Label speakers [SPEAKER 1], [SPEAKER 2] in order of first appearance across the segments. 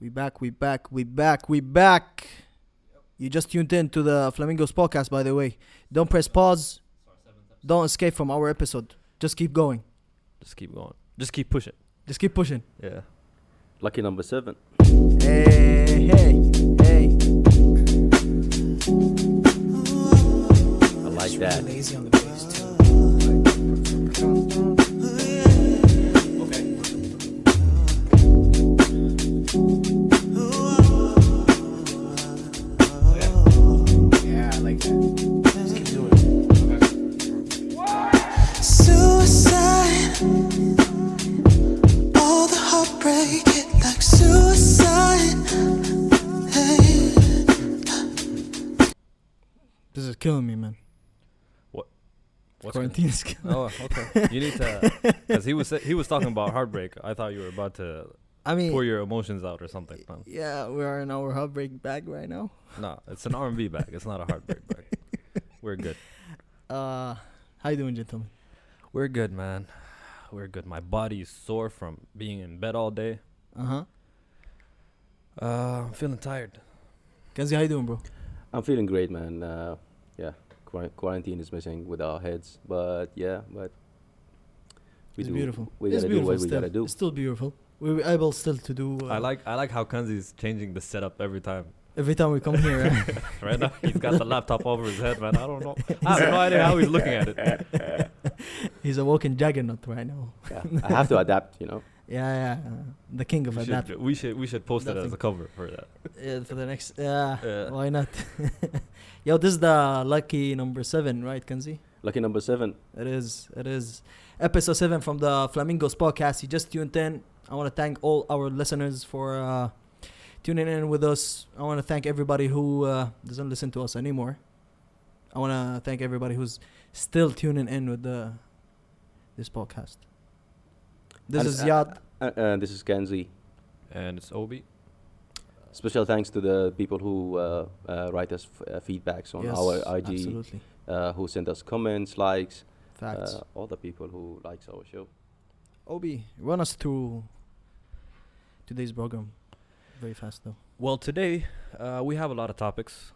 [SPEAKER 1] We back, we back, we back, we back. You just tuned in to the Flamingos podcast, by the way. Don't press pause. Don't escape from our episode. Just keep going.
[SPEAKER 2] Just keep going. Just keep pushing.
[SPEAKER 1] Just keep pushing.
[SPEAKER 2] Yeah.
[SPEAKER 3] Lucky number seven.
[SPEAKER 1] Hey, hey, hey.
[SPEAKER 3] I like that.
[SPEAKER 4] Lazy on the bass too. Yeah, I like that. Just keep doing it.
[SPEAKER 5] Suicide. All the heartbreak hit like suicide. Hey.
[SPEAKER 1] This is killing me, man.
[SPEAKER 2] What's going-
[SPEAKER 1] Quarantine is killing
[SPEAKER 2] Oh, okay. You need to, because he was sa- he was talking about heartbreak. I thought you were about to
[SPEAKER 1] I mean,
[SPEAKER 2] pour your emotions out or something. No,
[SPEAKER 1] yeah, we are in our heartbreak bag right now.
[SPEAKER 2] no it's an R and B bag. It's not a heartbreak bag. We're good.
[SPEAKER 1] Uh, how you doing, gentlemen?
[SPEAKER 2] We're good, man. We're good. My body's sore from being in bed all day.
[SPEAKER 1] Uh huh.
[SPEAKER 2] Uh, I'm feeling tired.
[SPEAKER 1] Kenzie, how you doing, bro?
[SPEAKER 3] I'm feeling great, man. Uh, yeah, Quar- quarantine is messing with our heads, but yeah, but we
[SPEAKER 1] it's
[SPEAKER 3] do.
[SPEAKER 1] beautiful.
[SPEAKER 3] We
[SPEAKER 1] it's
[SPEAKER 3] gotta do
[SPEAKER 1] beautiful
[SPEAKER 3] what we
[SPEAKER 1] still.
[SPEAKER 3] gotta do.
[SPEAKER 1] It's still beautiful. We were able still to do. Uh,
[SPEAKER 2] I like I like how Kanzi's changing the setup every time.
[SPEAKER 1] every time we come here. right?
[SPEAKER 2] Right now he's got the laptop over his head, man. I don't know. I have no idea how he's looking at it.
[SPEAKER 1] He's a walking juggernaut right now.
[SPEAKER 3] Yeah, I have to adapt, you know.
[SPEAKER 1] Yeah, yeah, uh, the king of
[SPEAKER 2] We
[SPEAKER 1] adapt.
[SPEAKER 2] should, we should we should post it as
[SPEAKER 1] Nothing.
[SPEAKER 2] a cover for that.
[SPEAKER 1] Yeah, for the next, yeah,
[SPEAKER 2] Yeah.
[SPEAKER 1] why not? Yo, this is the lucky number seven, right, Kenzie?
[SPEAKER 3] Lucky number seven.
[SPEAKER 1] It is. It is. Episode 7 from the Flamingos podcast. You just tuned in. I want to thank all our listeners for uh, tuning in with us. I want to thank everybody who uh, doesn't listen to us anymore. I want to thank everybody who's still tuning in with the this podcast. This
[SPEAKER 3] And-
[SPEAKER 1] is Yad.
[SPEAKER 3] Uh, uh, this is Kenzie.
[SPEAKER 2] And it's Obi.
[SPEAKER 3] Special thanks to the people who uh, uh, write us f- uh, feedbacks on
[SPEAKER 1] Yes,
[SPEAKER 3] our IG,
[SPEAKER 1] Absolutely.
[SPEAKER 3] uh, who send us comments, likes,
[SPEAKER 1] Facts.
[SPEAKER 3] uh, all the people who likes our show.
[SPEAKER 1] Obi, run us through today's program very fast, though.
[SPEAKER 2] Well, today uh, we have a lot of topics,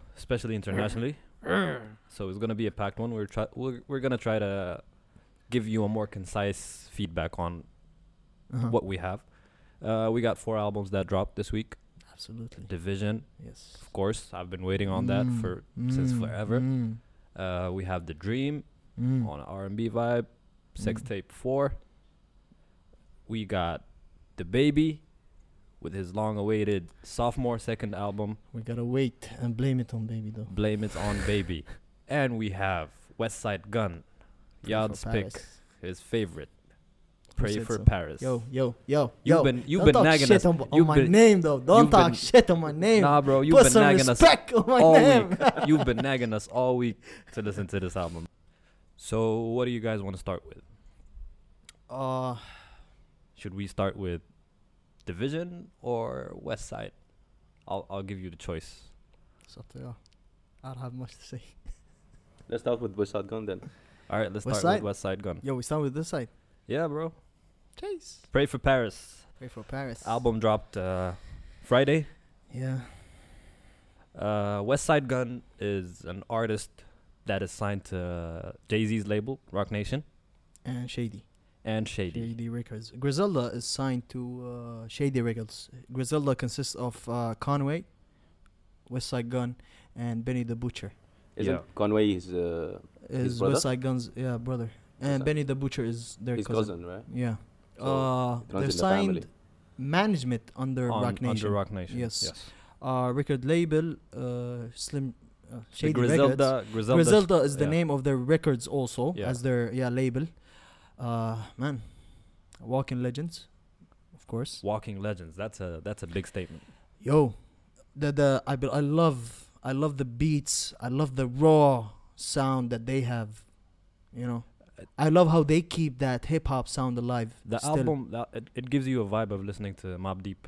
[SPEAKER 2] especially internationally. so it's gonna be a packed one. We're try- we're, we're gonna try to give you a more concise feedback on
[SPEAKER 1] Uh-huh.
[SPEAKER 2] what we have. Uh, we got four albums that dropped this week.
[SPEAKER 1] Absolutely.
[SPEAKER 2] Division,
[SPEAKER 1] Yes.
[SPEAKER 2] of course. I've been waiting on that
[SPEAKER 1] Mm,
[SPEAKER 2] for since
[SPEAKER 1] mm,
[SPEAKER 2] forever.
[SPEAKER 1] mm,
[SPEAKER 2] Uh, we have the Dream
[SPEAKER 1] mm.
[SPEAKER 2] on R and B vibe. Sex
[SPEAKER 1] Mm.
[SPEAKER 2] Tape Four. We got the Baby with his long-awaited sophomore second album.
[SPEAKER 1] We gotta wait and blame it on baby though.
[SPEAKER 2] Blame It On Baby. And we have West Side Gun, Yad's
[SPEAKER 1] For
[SPEAKER 2] pick,
[SPEAKER 1] Paris.
[SPEAKER 2] his favorite.
[SPEAKER 1] Who
[SPEAKER 2] Pray
[SPEAKER 1] said
[SPEAKER 2] for
[SPEAKER 1] so?
[SPEAKER 2] Paris.
[SPEAKER 1] Yo, yo, yo,
[SPEAKER 2] You've
[SPEAKER 1] yo.
[SPEAKER 2] been you've
[SPEAKER 1] Don't
[SPEAKER 2] been
[SPEAKER 1] talk
[SPEAKER 2] nagging
[SPEAKER 1] shit
[SPEAKER 2] us.
[SPEAKER 1] on, on
[SPEAKER 2] You've
[SPEAKER 1] my
[SPEAKER 2] been,
[SPEAKER 1] name though. Don't
[SPEAKER 2] you've
[SPEAKER 1] talk
[SPEAKER 2] been-
[SPEAKER 1] shit on my name.
[SPEAKER 2] Nah, bro, you've
[SPEAKER 1] Put
[SPEAKER 2] been
[SPEAKER 1] some
[SPEAKER 2] nagging us
[SPEAKER 1] respect on my
[SPEAKER 2] all
[SPEAKER 1] name.
[SPEAKER 2] week. you've been nagging us all week to listen to this album. So, what do you guys want to start with?
[SPEAKER 1] Uh,
[SPEAKER 2] Should we start with Division or West Side? I'll I'll give you the choice.
[SPEAKER 1] it's up to y'all. I don't have much to say.
[SPEAKER 3] Let's start with Westside Gun then.
[SPEAKER 2] All right, let's
[SPEAKER 1] West
[SPEAKER 2] start
[SPEAKER 1] Side?
[SPEAKER 2] with West Side Gun.
[SPEAKER 1] Yo, we start with this side.
[SPEAKER 2] Yeah, bro.
[SPEAKER 1] Chase.
[SPEAKER 2] Pray for Paris
[SPEAKER 1] Pray for Paris.
[SPEAKER 2] album dropped uh, Friday.
[SPEAKER 1] Yeah.
[SPEAKER 2] Uh, West Side Gun is an artist that is signed to Jay Z's label, Rock Nation,
[SPEAKER 1] And Shady.
[SPEAKER 2] and Shady.
[SPEAKER 1] Shady Records. Griselda is signed to uh, Shady Records. Griselda consists of uh, Conway, Westside Gun, and Benny the Butcher.
[SPEAKER 3] Isn't
[SPEAKER 2] Yeah.
[SPEAKER 3] Conway his uh,
[SPEAKER 1] is
[SPEAKER 3] brother?
[SPEAKER 1] Westside Guns, yeah, brother. And
[SPEAKER 3] Westside.
[SPEAKER 1] Benny the Butcher is their
[SPEAKER 3] his
[SPEAKER 1] cousin.
[SPEAKER 3] cousin, right?
[SPEAKER 1] Yeah.
[SPEAKER 3] So,
[SPEAKER 1] uh,
[SPEAKER 3] it runs in
[SPEAKER 1] they're
[SPEAKER 3] the family.
[SPEAKER 1] signed management under
[SPEAKER 2] on-
[SPEAKER 1] Rock Nation.
[SPEAKER 2] Under Rock Nation.
[SPEAKER 1] Yes.
[SPEAKER 2] yes.
[SPEAKER 1] Uh, record label, uh, Slim uh, Shady
[SPEAKER 2] The Griselda,
[SPEAKER 1] Records.
[SPEAKER 2] Griselda. sh-
[SPEAKER 1] Griselda is the
[SPEAKER 2] yeah.
[SPEAKER 1] name of their records also
[SPEAKER 2] Yeah.
[SPEAKER 1] as their yeah label. Uh, man, Walking Legends, of course.
[SPEAKER 2] Walking Legends. That's a that's a big statement.
[SPEAKER 1] Yo, the the I be- I love I love the beats. I love the raw sound that they have. You know, I love how they keep that hip hop sound alive.
[SPEAKER 2] The
[SPEAKER 1] still.
[SPEAKER 2] album that, it, it gives you a vibe of listening to Mob Deep.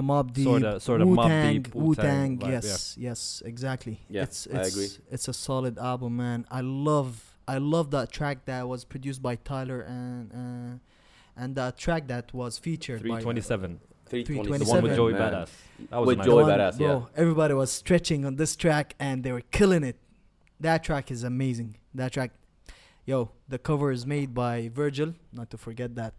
[SPEAKER 1] a Mob Deep,
[SPEAKER 2] Sorta- sorta Mobb
[SPEAKER 1] Wu-Tang,
[SPEAKER 2] Deep,
[SPEAKER 1] Wu-Tang,
[SPEAKER 2] Wu-Tang vibe,
[SPEAKER 1] yes, yes, exactly.
[SPEAKER 3] Yeah,
[SPEAKER 1] it's,
[SPEAKER 3] I
[SPEAKER 1] it's,
[SPEAKER 3] agree.
[SPEAKER 1] It's a solid album, man. I love, I love that track that was produced by Tyler and uh, and that track that was featured by
[SPEAKER 2] 327. The one with
[SPEAKER 1] 27,
[SPEAKER 2] Joey
[SPEAKER 3] man.
[SPEAKER 2] Badass. That was a
[SPEAKER 3] With
[SPEAKER 2] nice
[SPEAKER 1] The
[SPEAKER 3] Joey
[SPEAKER 2] one.
[SPEAKER 1] one,
[SPEAKER 3] Badass, yeah.
[SPEAKER 1] Bro, everybody was stretching on this track and they were killing it. That track is amazing. That track, yo, the cover is made by Virgil. Not to forget that.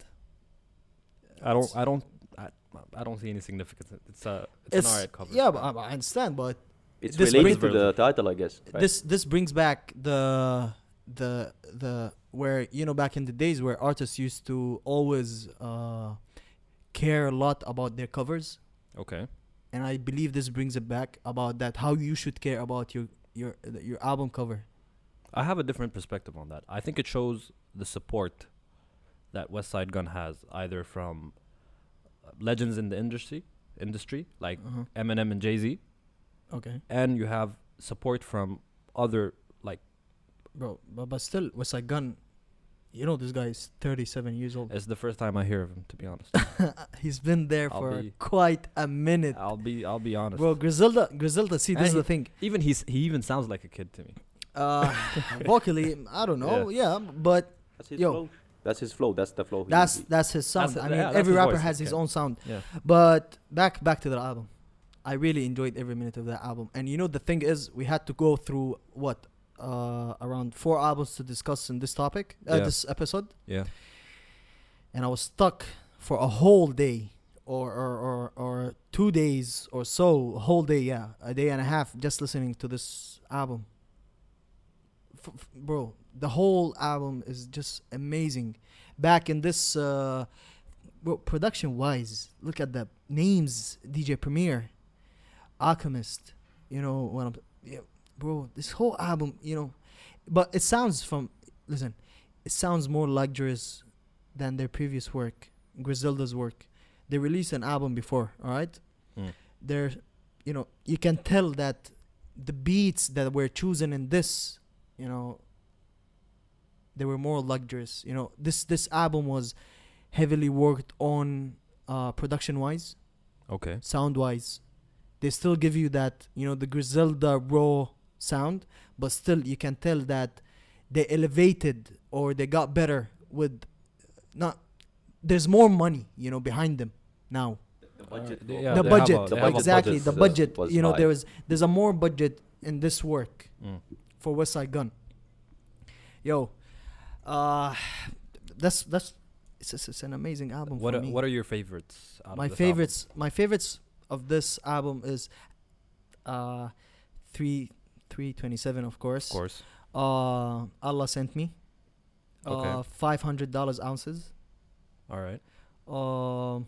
[SPEAKER 2] I don't. I don't. I, I don't see any significance. It's a. It's, an alright cover.
[SPEAKER 1] Yeah, but I, I understand. But
[SPEAKER 3] It's
[SPEAKER 1] This
[SPEAKER 3] related to
[SPEAKER 2] brings-
[SPEAKER 3] the title, I guess. right?
[SPEAKER 1] this this brings back the the the where you know back in the days where artists used to always uh, care a lot about their covers,
[SPEAKER 2] Okay.
[SPEAKER 1] and I believe this brings it back about that how you should care about your your your album cover.
[SPEAKER 2] I have a different perspective on that. I think it shows the support that West Side Gun has, either from uh, legends in the industry, industry like
[SPEAKER 1] Uh-huh.
[SPEAKER 2] Eminem and Jay Z,
[SPEAKER 1] Okay,
[SPEAKER 2] and you have support from other like
[SPEAKER 1] bro, but, but still, Westside Gun, you know this guy is 37 years old.
[SPEAKER 2] It's the first time I hear of him, to be honest.
[SPEAKER 1] He's been there
[SPEAKER 2] I'll
[SPEAKER 1] for
[SPEAKER 2] be-
[SPEAKER 1] quite a minute,
[SPEAKER 2] I'll be I'll be honest.
[SPEAKER 1] bro. Griselda, Griselda, see, this
[SPEAKER 2] And
[SPEAKER 1] is
[SPEAKER 2] he-
[SPEAKER 1] the thing.
[SPEAKER 2] even he's he even sounds like a kid to me.
[SPEAKER 1] Uh, vocally, I don't know, yeah, but
[SPEAKER 3] that's his
[SPEAKER 1] yo.
[SPEAKER 3] flow. That's his flow. That's the flow. he-
[SPEAKER 1] that's
[SPEAKER 3] he-
[SPEAKER 1] that's his sound.
[SPEAKER 2] That's-
[SPEAKER 1] I mean,
[SPEAKER 2] yeah, that's
[SPEAKER 1] every
[SPEAKER 2] his
[SPEAKER 1] rapper
[SPEAKER 2] voice,
[SPEAKER 1] has
[SPEAKER 2] it's
[SPEAKER 1] his
[SPEAKER 2] good.
[SPEAKER 1] own sound.
[SPEAKER 2] Yeah.
[SPEAKER 1] But back back to the album, I really enjoyed every minute of that album. And you know, the thing is, we had to go through what uh, around four albums to discuss in this topic, uh,
[SPEAKER 2] Yeah.
[SPEAKER 1] this episode,
[SPEAKER 2] Yeah.
[SPEAKER 1] and I was stuck for a whole day. Or, or, or, or two days or so, a whole day, yeah, a day and a half, just listening to this album. F- f- bro, the whole album is just amazing. Back in this uh, well, production wise, look at the names: DJ Premier, Alchemist. You know what I'm, yeah, bro. This whole album, you know, but it sounds from listen, it sounds more luxurious than their previous work, Griselda's work. They released an album before, all right.
[SPEAKER 2] Mm.
[SPEAKER 1] They're, you know, you can tell that the beats that were chosen in this, you know, they were more luxurious. You know, this this album was heavily worked on uh, production wise,
[SPEAKER 2] Okay.
[SPEAKER 1] sound wise. They still give you that, you know, the Griselda raw sound, but still you can tell that they elevated or they got better with not there's more money, you know, behind them now.
[SPEAKER 3] the budget.
[SPEAKER 2] they-
[SPEAKER 3] flow.
[SPEAKER 2] yeah,
[SPEAKER 1] the
[SPEAKER 2] they have a-
[SPEAKER 1] budget,
[SPEAKER 2] they have a
[SPEAKER 1] exactly,
[SPEAKER 2] budget,
[SPEAKER 1] the
[SPEAKER 3] uh,
[SPEAKER 1] budget.
[SPEAKER 3] was
[SPEAKER 1] you know,
[SPEAKER 3] high.
[SPEAKER 1] there is there's a more budget in this work
[SPEAKER 2] Mm.
[SPEAKER 1] for West Side Gun. Yo, uh, that's that's it's, it's, it's an amazing album.
[SPEAKER 2] What
[SPEAKER 1] for
[SPEAKER 2] are,
[SPEAKER 1] me.
[SPEAKER 2] what are your favorites? Out
[SPEAKER 1] my
[SPEAKER 2] of this album?
[SPEAKER 1] favorites? My favorites of this album is uh, three three twenty seven, of course.
[SPEAKER 2] of course.
[SPEAKER 1] Uh, Allah sent me.
[SPEAKER 2] Okay.
[SPEAKER 1] Uh, five hundred dollars ounces.
[SPEAKER 2] All right.
[SPEAKER 1] Um,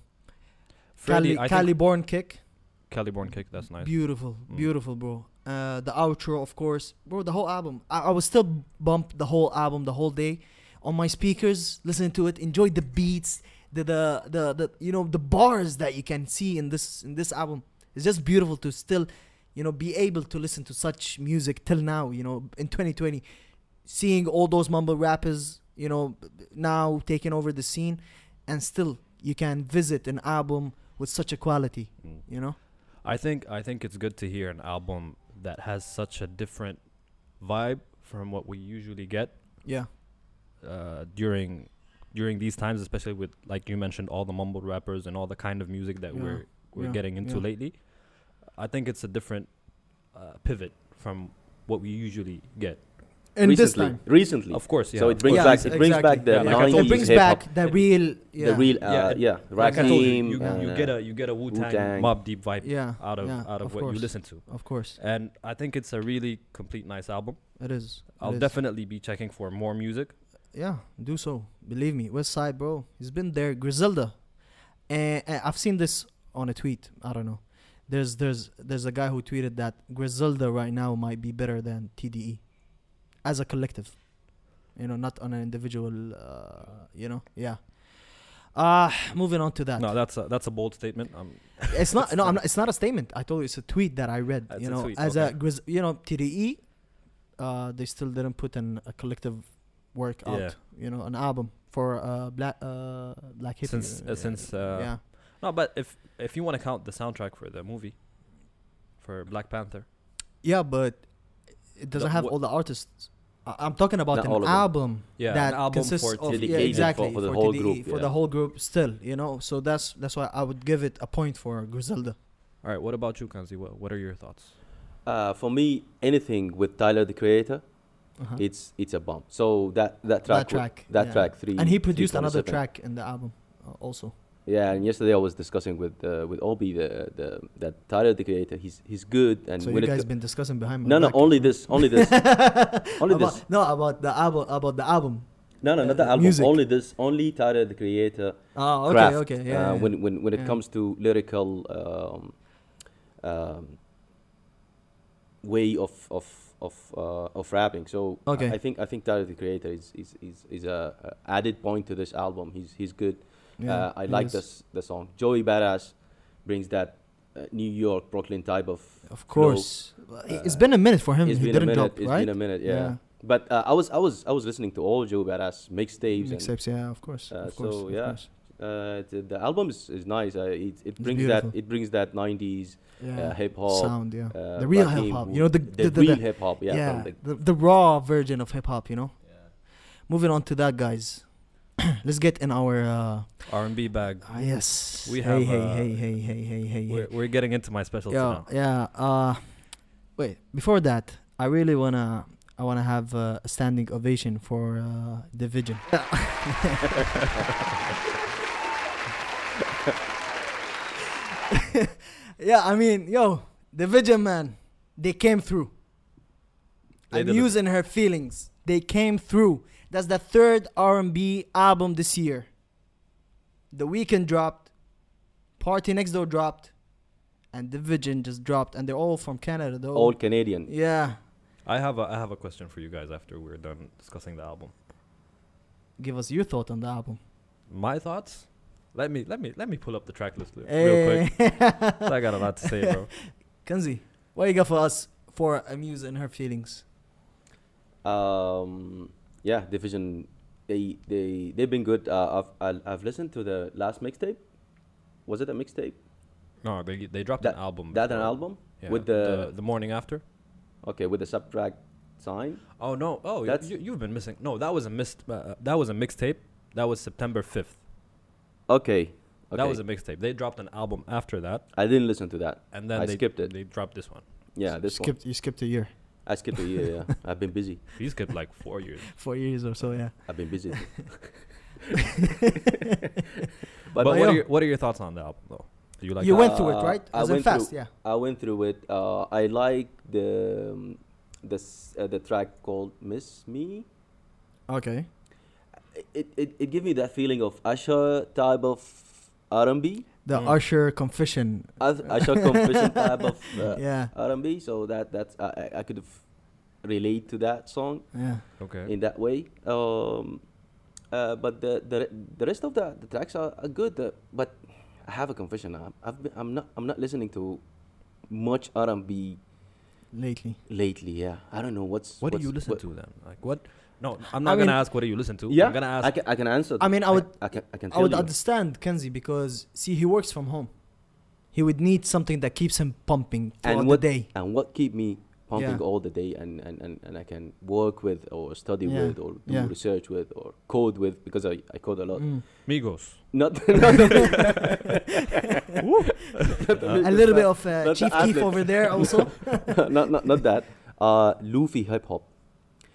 [SPEAKER 2] Freddie,
[SPEAKER 1] Cali,
[SPEAKER 2] I
[SPEAKER 1] Cali
[SPEAKER 2] think
[SPEAKER 1] Born kick.
[SPEAKER 2] Caliborn kick. That's nice.
[SPEAKER 1] Beautiful,
[SPEAKER 2] Mm.
[SPEAKER 1] beautiful, bro. Uh, the outro, of course, bro. The whole album. I, I was still bump the whole album the whole day on my speakers, listening to it, enjoyed the beats, the the the, the you know the bars that you can see in this in this album. It's just beautiful to still, you know, be able to listen to such music till now. You know, in 2020, seeing all those mumble rappers, you know, now taking over the scene, and still you can visit an album with such a quality.
[SPEAKER 2] Mm.
[SPEAKER 1] You know.
[SPEAKER 2] I think I think it's good to hear an album that has such a different vibe from what we usually get
[SPEAKER 1] Yeah.
[SPEAKER 2] uh, during during these times, especially with like you mentioned all the mumble rappers and all the kind of music that
[SPEAKER 1] Yeah,
[SPEAKER 2] we're we're
[SPEAKER 1] yeah,
[SPEAKER 2] getting into
[SPEAKER 1] yeah.
[SPEAKER 2] lately. I think it's a different uh, pivot from what we usually get.
[SPEAKER 1] in
[SPEAKER 3] recently,
[SPEAKER 1] this time.
[SPEAKER 3] recently.
[SPEAKER 2] Of course, yeah.
[SPEAKER 3] so it
[SPEAKER 2] of
[SPEAKER 3] brings
[SPEAKER 1] Yeah,
[SPEAKER 2] course.
[SPEAKER 3] back. It brings
[SPEAKER 1] exactly.
[SPEAKER 3] back the
[SPEAKER 2] Yeah, like I told
[SPEAKER 3] 90s
[SPEAKER 2] you.
[SPEAKER 1] it brings
[SPEAKER 3] hip-hop,
[SPEAKER 1] back the real, yeah,
[SPEAKER 3] the real,
[SPEAKER 2] Yeah,
[SPEAKER 3] uh,
[SPEAKER 2] it-
[SPEAKER 3] yeah,
[SPEAKER 2] Like I told you,
[SPEAKER 3] Rakim,
[SPEAKER 2] you, you
[SPEAKER 3] and,
[SPEAKER 2] get
[SPEAKER 3] uh,
[SPEAKER 2] a you get a Wu Tang
[SPEAKER 3] Wu-Tang.
[SPEAKER 2] Mob Deep vibe
[SPEAKER 1] yeah,
[SPEAKER 2] out of
[SPEAKER 1] yeah,
[SPEAKER 2] out of, what
[SPEAKER 1] course,
[SPEAKER 2] you listen to,
[SPEAKER 1] Of course,
[SPEAKER 2] and I think it's a really complete nice album.
[SPEAKER 1] it is. it
[SPEAKER 2] I'll
[SPEAKER 1] is.
[SPEAKER 2] definitely be checking for more music.
[SPEAKER 1] yeah, do so. Believe me, West Side, bro. He's been there, Griselda, and, and I've seen this on a tweet. I don't know. There's there's there's a guy who tweeted that Griselda right now might be better than TDE, as a collective. You know, not on an individual. Uh, you know, yeah. Uh moving on to that.
[SPEAKER 2] No, that's a, that's a bold statement. Um,
[SPEAKER 1] It's not. no, I'm not, it's not a statement. I told you it's a tweet that I read.
[SPEAKER 2] It's
[SPEAKER 1] you
[SPEAKER 2] a
[SPEAKER 1] know,
[SPEAKER 2] tweet,
[SPEAKER 1] as
[SPEAKER 2] okay.
[SPEAKER 1] a grizz- you know TDE, uh, they still didn't put an, a collective work out.
[SPEAKER 2] Yeah.
[SPEAKER 1] You know, an album for uh black uh black hip
[SPEAKER 2] Since- uh, since, uh,
[SPEAKER 1] yeah
[SPEAKER 2] no, but if if you want to count the soundtrack for the movie, for Black Panther,
[SPEAKER 1] yeah, but it doesn't have
[SPEAKER 2] wha-
[SPEAKER 1] all the artists. I- I'm talking about
[SPEAKER 3] Not all of
[SPEAKER 1] an
[SPEAKER 3] them.
[SPEAKER 1] album
[SPEAKER 2] Yeah,
[SPEAKER 1] that
[SPEAKER 2] an album
[SPEAKER 1] consists
[SPEAKER 2] for
[SPEAKER 1] of yeah,
[SPEAKER 3] Dedicated for-
[SPEAKER 1] exactly
[SPEAKER 3] for the whole
[SPEAKER 1] TDE,
[SPEAKER 3] group,
[SPEAKER 1] for
[SPEAKER 3] yeah.
[SPEAKER 1] the whole group still you know so that's that's why I would give it a point for Griselda
[SPEAKER 2] All right, what about you, Kanzi? What, what are your thoughts?
[SPEAKER 3] Uh, for me, anything with Tyler the Creator,
[SPEAKER 1] uh-huh.
[SPEAKER 3] it's it's a bomb. So that that track,
[SPEAKER 1] that track
[SPEAKER 3] that
[SPEAKER 1] yeah.
[SPEAKER 3] track three,
[SPEAKER 1] and he produced
[SPEAKER 3] 327.
[SPEAKER 1] another track in the album uh, also
[SPEAKER 3] Yeah, and yesterday I was discussing with uh, with Obi the the that Tyler the Creator. He's he's good and
[SPEAKER 1] so you
[SPEAKER 3] when it
[SPEAKER 1] guys
[SPEAKER 3] co-
[SPEAKER 1] been discussing behind my
[SPEAKER 3] no no
[SPEAKER 1] back.
[SPEAKER 3] only this only this only
[SPEAKER 1] about,
[SPEAKER 3] this
[SPEAKER 1] no about the album about the album
[SPEAKER 3] no no not the album
[SPEAKER 1] music.
[SPEAKER 3] only this only Tyler the Creator
[SPEAKER 1] oh okay
[SPEAKER 3] craft,
[SPEAKER 1] okay yeah,
[SPEAKER 3] uh,
[SPEAKER 1] yeah.
[SPEAKER 3] When when when it
[SPEAKER 1] Yeah.
[SPEAKER 3] comes to lyrical um, um, way of of of uh, of rapping, so I-
[SPEAKER 1] Okay.
[SPEAKER 3] I, think I think Tyler the Creator is is is, is a, a added point to this album. He's he's good.
[SPEAKER 1] Yeah,
[SPEAKER 3] uh, I
[SPEAKER 1] he
[SPEAKER 3] like
[SPEAKER 1] is.
[SPEAKER 3] this the song. Joey Badass brings that uh, New York Brooklyn type of.
[SPEAKER 1] of
[SPEAKER 3] flow.
[SPEAKER 1] course Well, it- it's been a minute for him
[SPEAKER 3] It's
[SPEAKER 1] he
[SPEAKER 3] been a
[SPEAKER 1] didn't
[SPEAKER 3] minute.
[SPEAKER 1] drop
[SPEAKER 3] it's
[SPEAKER 1] right
[SPEAKER 3] been a minute. Yeah.
[SPEAKER 1] Yeah.
[SPEAKER 3] But uh, I was I was I was listening to all Joey Badass mixtapes and
[SPEAKER 1] except yeah of course
[SPEAKER 3] Uh,
[SPEAKER 1] of course
[SPEAKER 3] so,
[SPEAKER 1] of
[SPEAKER 3] yeah,
[SPEAKER 1] course.
[SPEAKER 3] uh, the, the album is, is nice. Uh, it, it brings that
[SPEAKER 1] beautiful.
[SPEAKER 3] it brings that '90s uh, hip hop,
[SPEAKER 1] sound, yeah.
[SPEAKER 3] uh,
[SPEAKER 1] the real
[SPEAKER 3] Rakim
[SPEAKER 1] hip hop,
[SPEAKER 3] would-
[SPEAKER 1] you know, the
[SPEAKER 3] the,
[SPEAKER 1] the, the,
[SPEAKER 3] real
[SPEAKER 1] the-
[SPEAKER 3] hip hop. Yeah,
[SPEAKER 1] yeah,
[SPEAKER 3] from the-
[SPEAKER 1] the, the raw version of hip hop, you know. Moving on to that, guys. Let's get in our uh,
[SPEAKER 2] R&B bag.
[SPEAKER 1] ah, yes. hey,
[SPEAKER 2] We have,
[SPEAKER 1] hey,
[SPEAKER 2] uh,
[SPEAKER 1] hey, hey, hey, hey, hey, hey.
[SPEAKER 2] We're, we're getting into my specialty
[SPEAKER 1] Yeah,
[SPEAKER 2] now.
[SPEAKER 1] yeah. Uh, wait. Before that, I really wanna, I wanna have uh, a standing ovation for uh, Division. yeah, I mean, yo, Division man, they came through.
[SPEAKER 2] They
[SPEAKER 1] I'm
[SPEAKER 2] delivered.
[SPEAKER 1] using her feelings. They came through. That's the third R&B album this year. The Weeknd dropped, Party Next Door dropped, and Division just dropped, and they're all from Canada though.
[SPEAKER 3] all Canadian.
[SPEAKER 1] yeah.
[SPEAKER 2] I have a I have a question for you guys after we're done discussing the album.
[SPEAKER 1] Give us your thought on the album.
[SPEAKER 2] My thoughts? Let me let me let me pull up the track list li- real
[SPEAKER 1] Hey.
[SPEAKER 2] quick. I got a lot to say, bro.
[SPEAKER 1] Eh. Kenzie, what you got for us for Amuse and her feelings?
[SPEAKER 3] Um, yeah, Division. They they they've been good. Uh, I've I'll- I've listened to the last mixtape. Was it a mixtape?
[SPEAKER 2] No, they they dropped
[SPEAKER 3] That
[SPEAKER 2] an album.
[SPEAKER 3] that an
[SPEAKER 2] before.
[SPEAKER 3] album
[SPEAKER 2] Yeah,
[SPEAKER 3] with the,
[SPEAKER 2] the morning after.
[SPEAKER 3] okay with the subtract sign.
[SPEAKER 2] Oh no! Oh, y-
[SPEAKER 3] That's-
[SPEAKER 2] you, you've been missing. No, that was a missed. Uh, that was a mixtape. That was September fifth.
[SPEAKER 3] Okay, okay.
[SPEAKER 2] That was a mixtape. They dropped an album after that,
[SPEAKER 3] I didn't listen to that.
[SPEAKER 2] and then
[SPEAKER 3] I
[SPEAKER 2] they
[SPEAKER 3] skipped it.
[SPEAKER 2] They dropped this one.
[SPEAKER 3] Yeah, this one.
[SPEAKER 1] skipped, You skipped a year,
[SPEAKER 3] I skipped a year. Yeah, I've been busy.
[SPEAKER 2] He skipped like four years.
[SPEAKER 1] four years or so. Yeah.
[SPEAKER 3] I've been busy.
[SPEAKER 2] But,
[SPEAKER 1] But
[SPEAKER 2] what
[SPEAKER 1] yo-
[SPEAKER 2] are your, what are your thoughts on the album though? Do you like?
[SPEAKER 1] you
[SPEAKER 2] the
[SPEAKER 1] went through it,
[SPEAKER 3] Uh,
[SPEAKER 1] right?
[SPEAKER 3] I
[SPEAKER 1] As in
[SPEAKER 3] went
[SPEAKER 1] fast,
[SPEAKER 3] through-
[SPEAKER 1] yeah.
[SPEAKER 3] I went through it. Uh, I like the um, the s- uh, the track called "Miss Me."
[SPEAKER 1] Okay.
[SPEAKER 3] It it it gave me that feeling of Usher type of R&B,
[SPEAKER 1] The
[SPEAKER 2] Mm.
[SPEAKER 1] Usher confession.
[SPEAKER 3] Us- Usher confession type of uh,
[SPEAKER 1] yeah.
[SPEAKER 3] R&B. So that that's I I- I could have relate to that song
[SPEAKER 1] Yeah.
[SPEAKER 2] Okay.
[SPEAKER 3] in that way. Um, uh, but the, the re- the rest of the, the tracks are, are good. Uh, but I have a confession. I'm I've been, I'm not I'm not listening to much R&B
[SPEAKER 1] Lately.
[SPEAKER 3] lately. Yeah, I don't know what's.
[SPEAKER 2] What do
[SPEAKER 3] what's-
[SPEAKER 2] you listen
[SPEAKER 3] what-
[SPEAKER 2] to then? Like what? No, I'm not
[SPEAKER 1] mean-
[SPEAKER 2] gonna ask what do you listen to.
[SPEAKER 3] Yeah,
[SPEAKER 2] I'm gonna ask.
[SPEAKER 3] I can, I can answer.
[SPEAKER 1] I mean, I would-
[SPEAKER 3] I, can. I can
[SPEAKER 1] I
[SPEAKER 3] tell
[SPEAKER 1] would
[SPEAKER 3] you.
[SPEAKER 1] understand Kenzie because see, he works from home. He would need something that keeps him pumping throughout
[SPEAKER 3] and what
[SPEAKER 1] the day.
[SPEAKER 3] and what keep me pumping
[SPEAKER 1] Yeah.
[SPEAKER 3] all the day, and, and, and, and I can work with or study
[SPEAKER 1] Yeah,
[SPEAKER 3] with or do
[SPEAKER 1] yeah.
[SPEAKER 3] research with or code with because I, I code a lot.
[SPEAKER 1] Mm.
[SPEAKER 2] Migos.
[SPEAKER 3] Not, not
[SPEAKER 1] A little bit of uh,
[SPEAKER 3] Not the
[SPEAKER 1] Chief Keef
[SPEAKER 3] outlet.
[SPEAKER 1] over there also.
[SPEAKER 3] not, not not that. Uh, Luffy hip hop.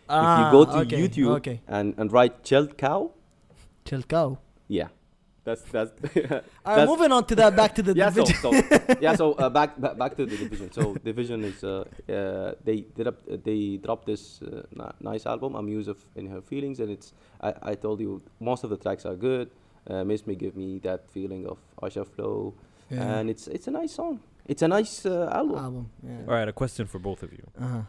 [SPEAKER 1] Ah,
[SPEAKER 3] if you go to
[SPEAKER 1] okay,
[SPEAKER 3] YouTube
[SPEAKER 1] Okay.
[SPEAKER 3] and, and write Chel Cow,
[SPEAKER 1] Chill cow.
[SPEAKER 3] yeah, that's that's.
[SPEAKER 1] All right,
[SPEAKER 3] that's-
[SPEAKER 1] moving on to that, back to the
[SPEAKER 3] yeah, so,
[SPEAKER 1] division.
[SPEAKER 3] so yeah, so uh, back, back back to the division. So division is uh, uh, they did up, uh, they dropped this uh, ni- nice album. I'm used of in her feelings, and it's I, I told you most of the tracks are good. Uh, Miss me give me that feeling of Usher flow,
[SPEAKER 1] Yeah.
[SPEAKER 3] and it's it's a nice song. It's a nice uh, album.
[SPEAKER 1] Album. Yeah.
[SPEAKER 2] All right, a question for both of you.
[SPEAKER 1] Uh-huh.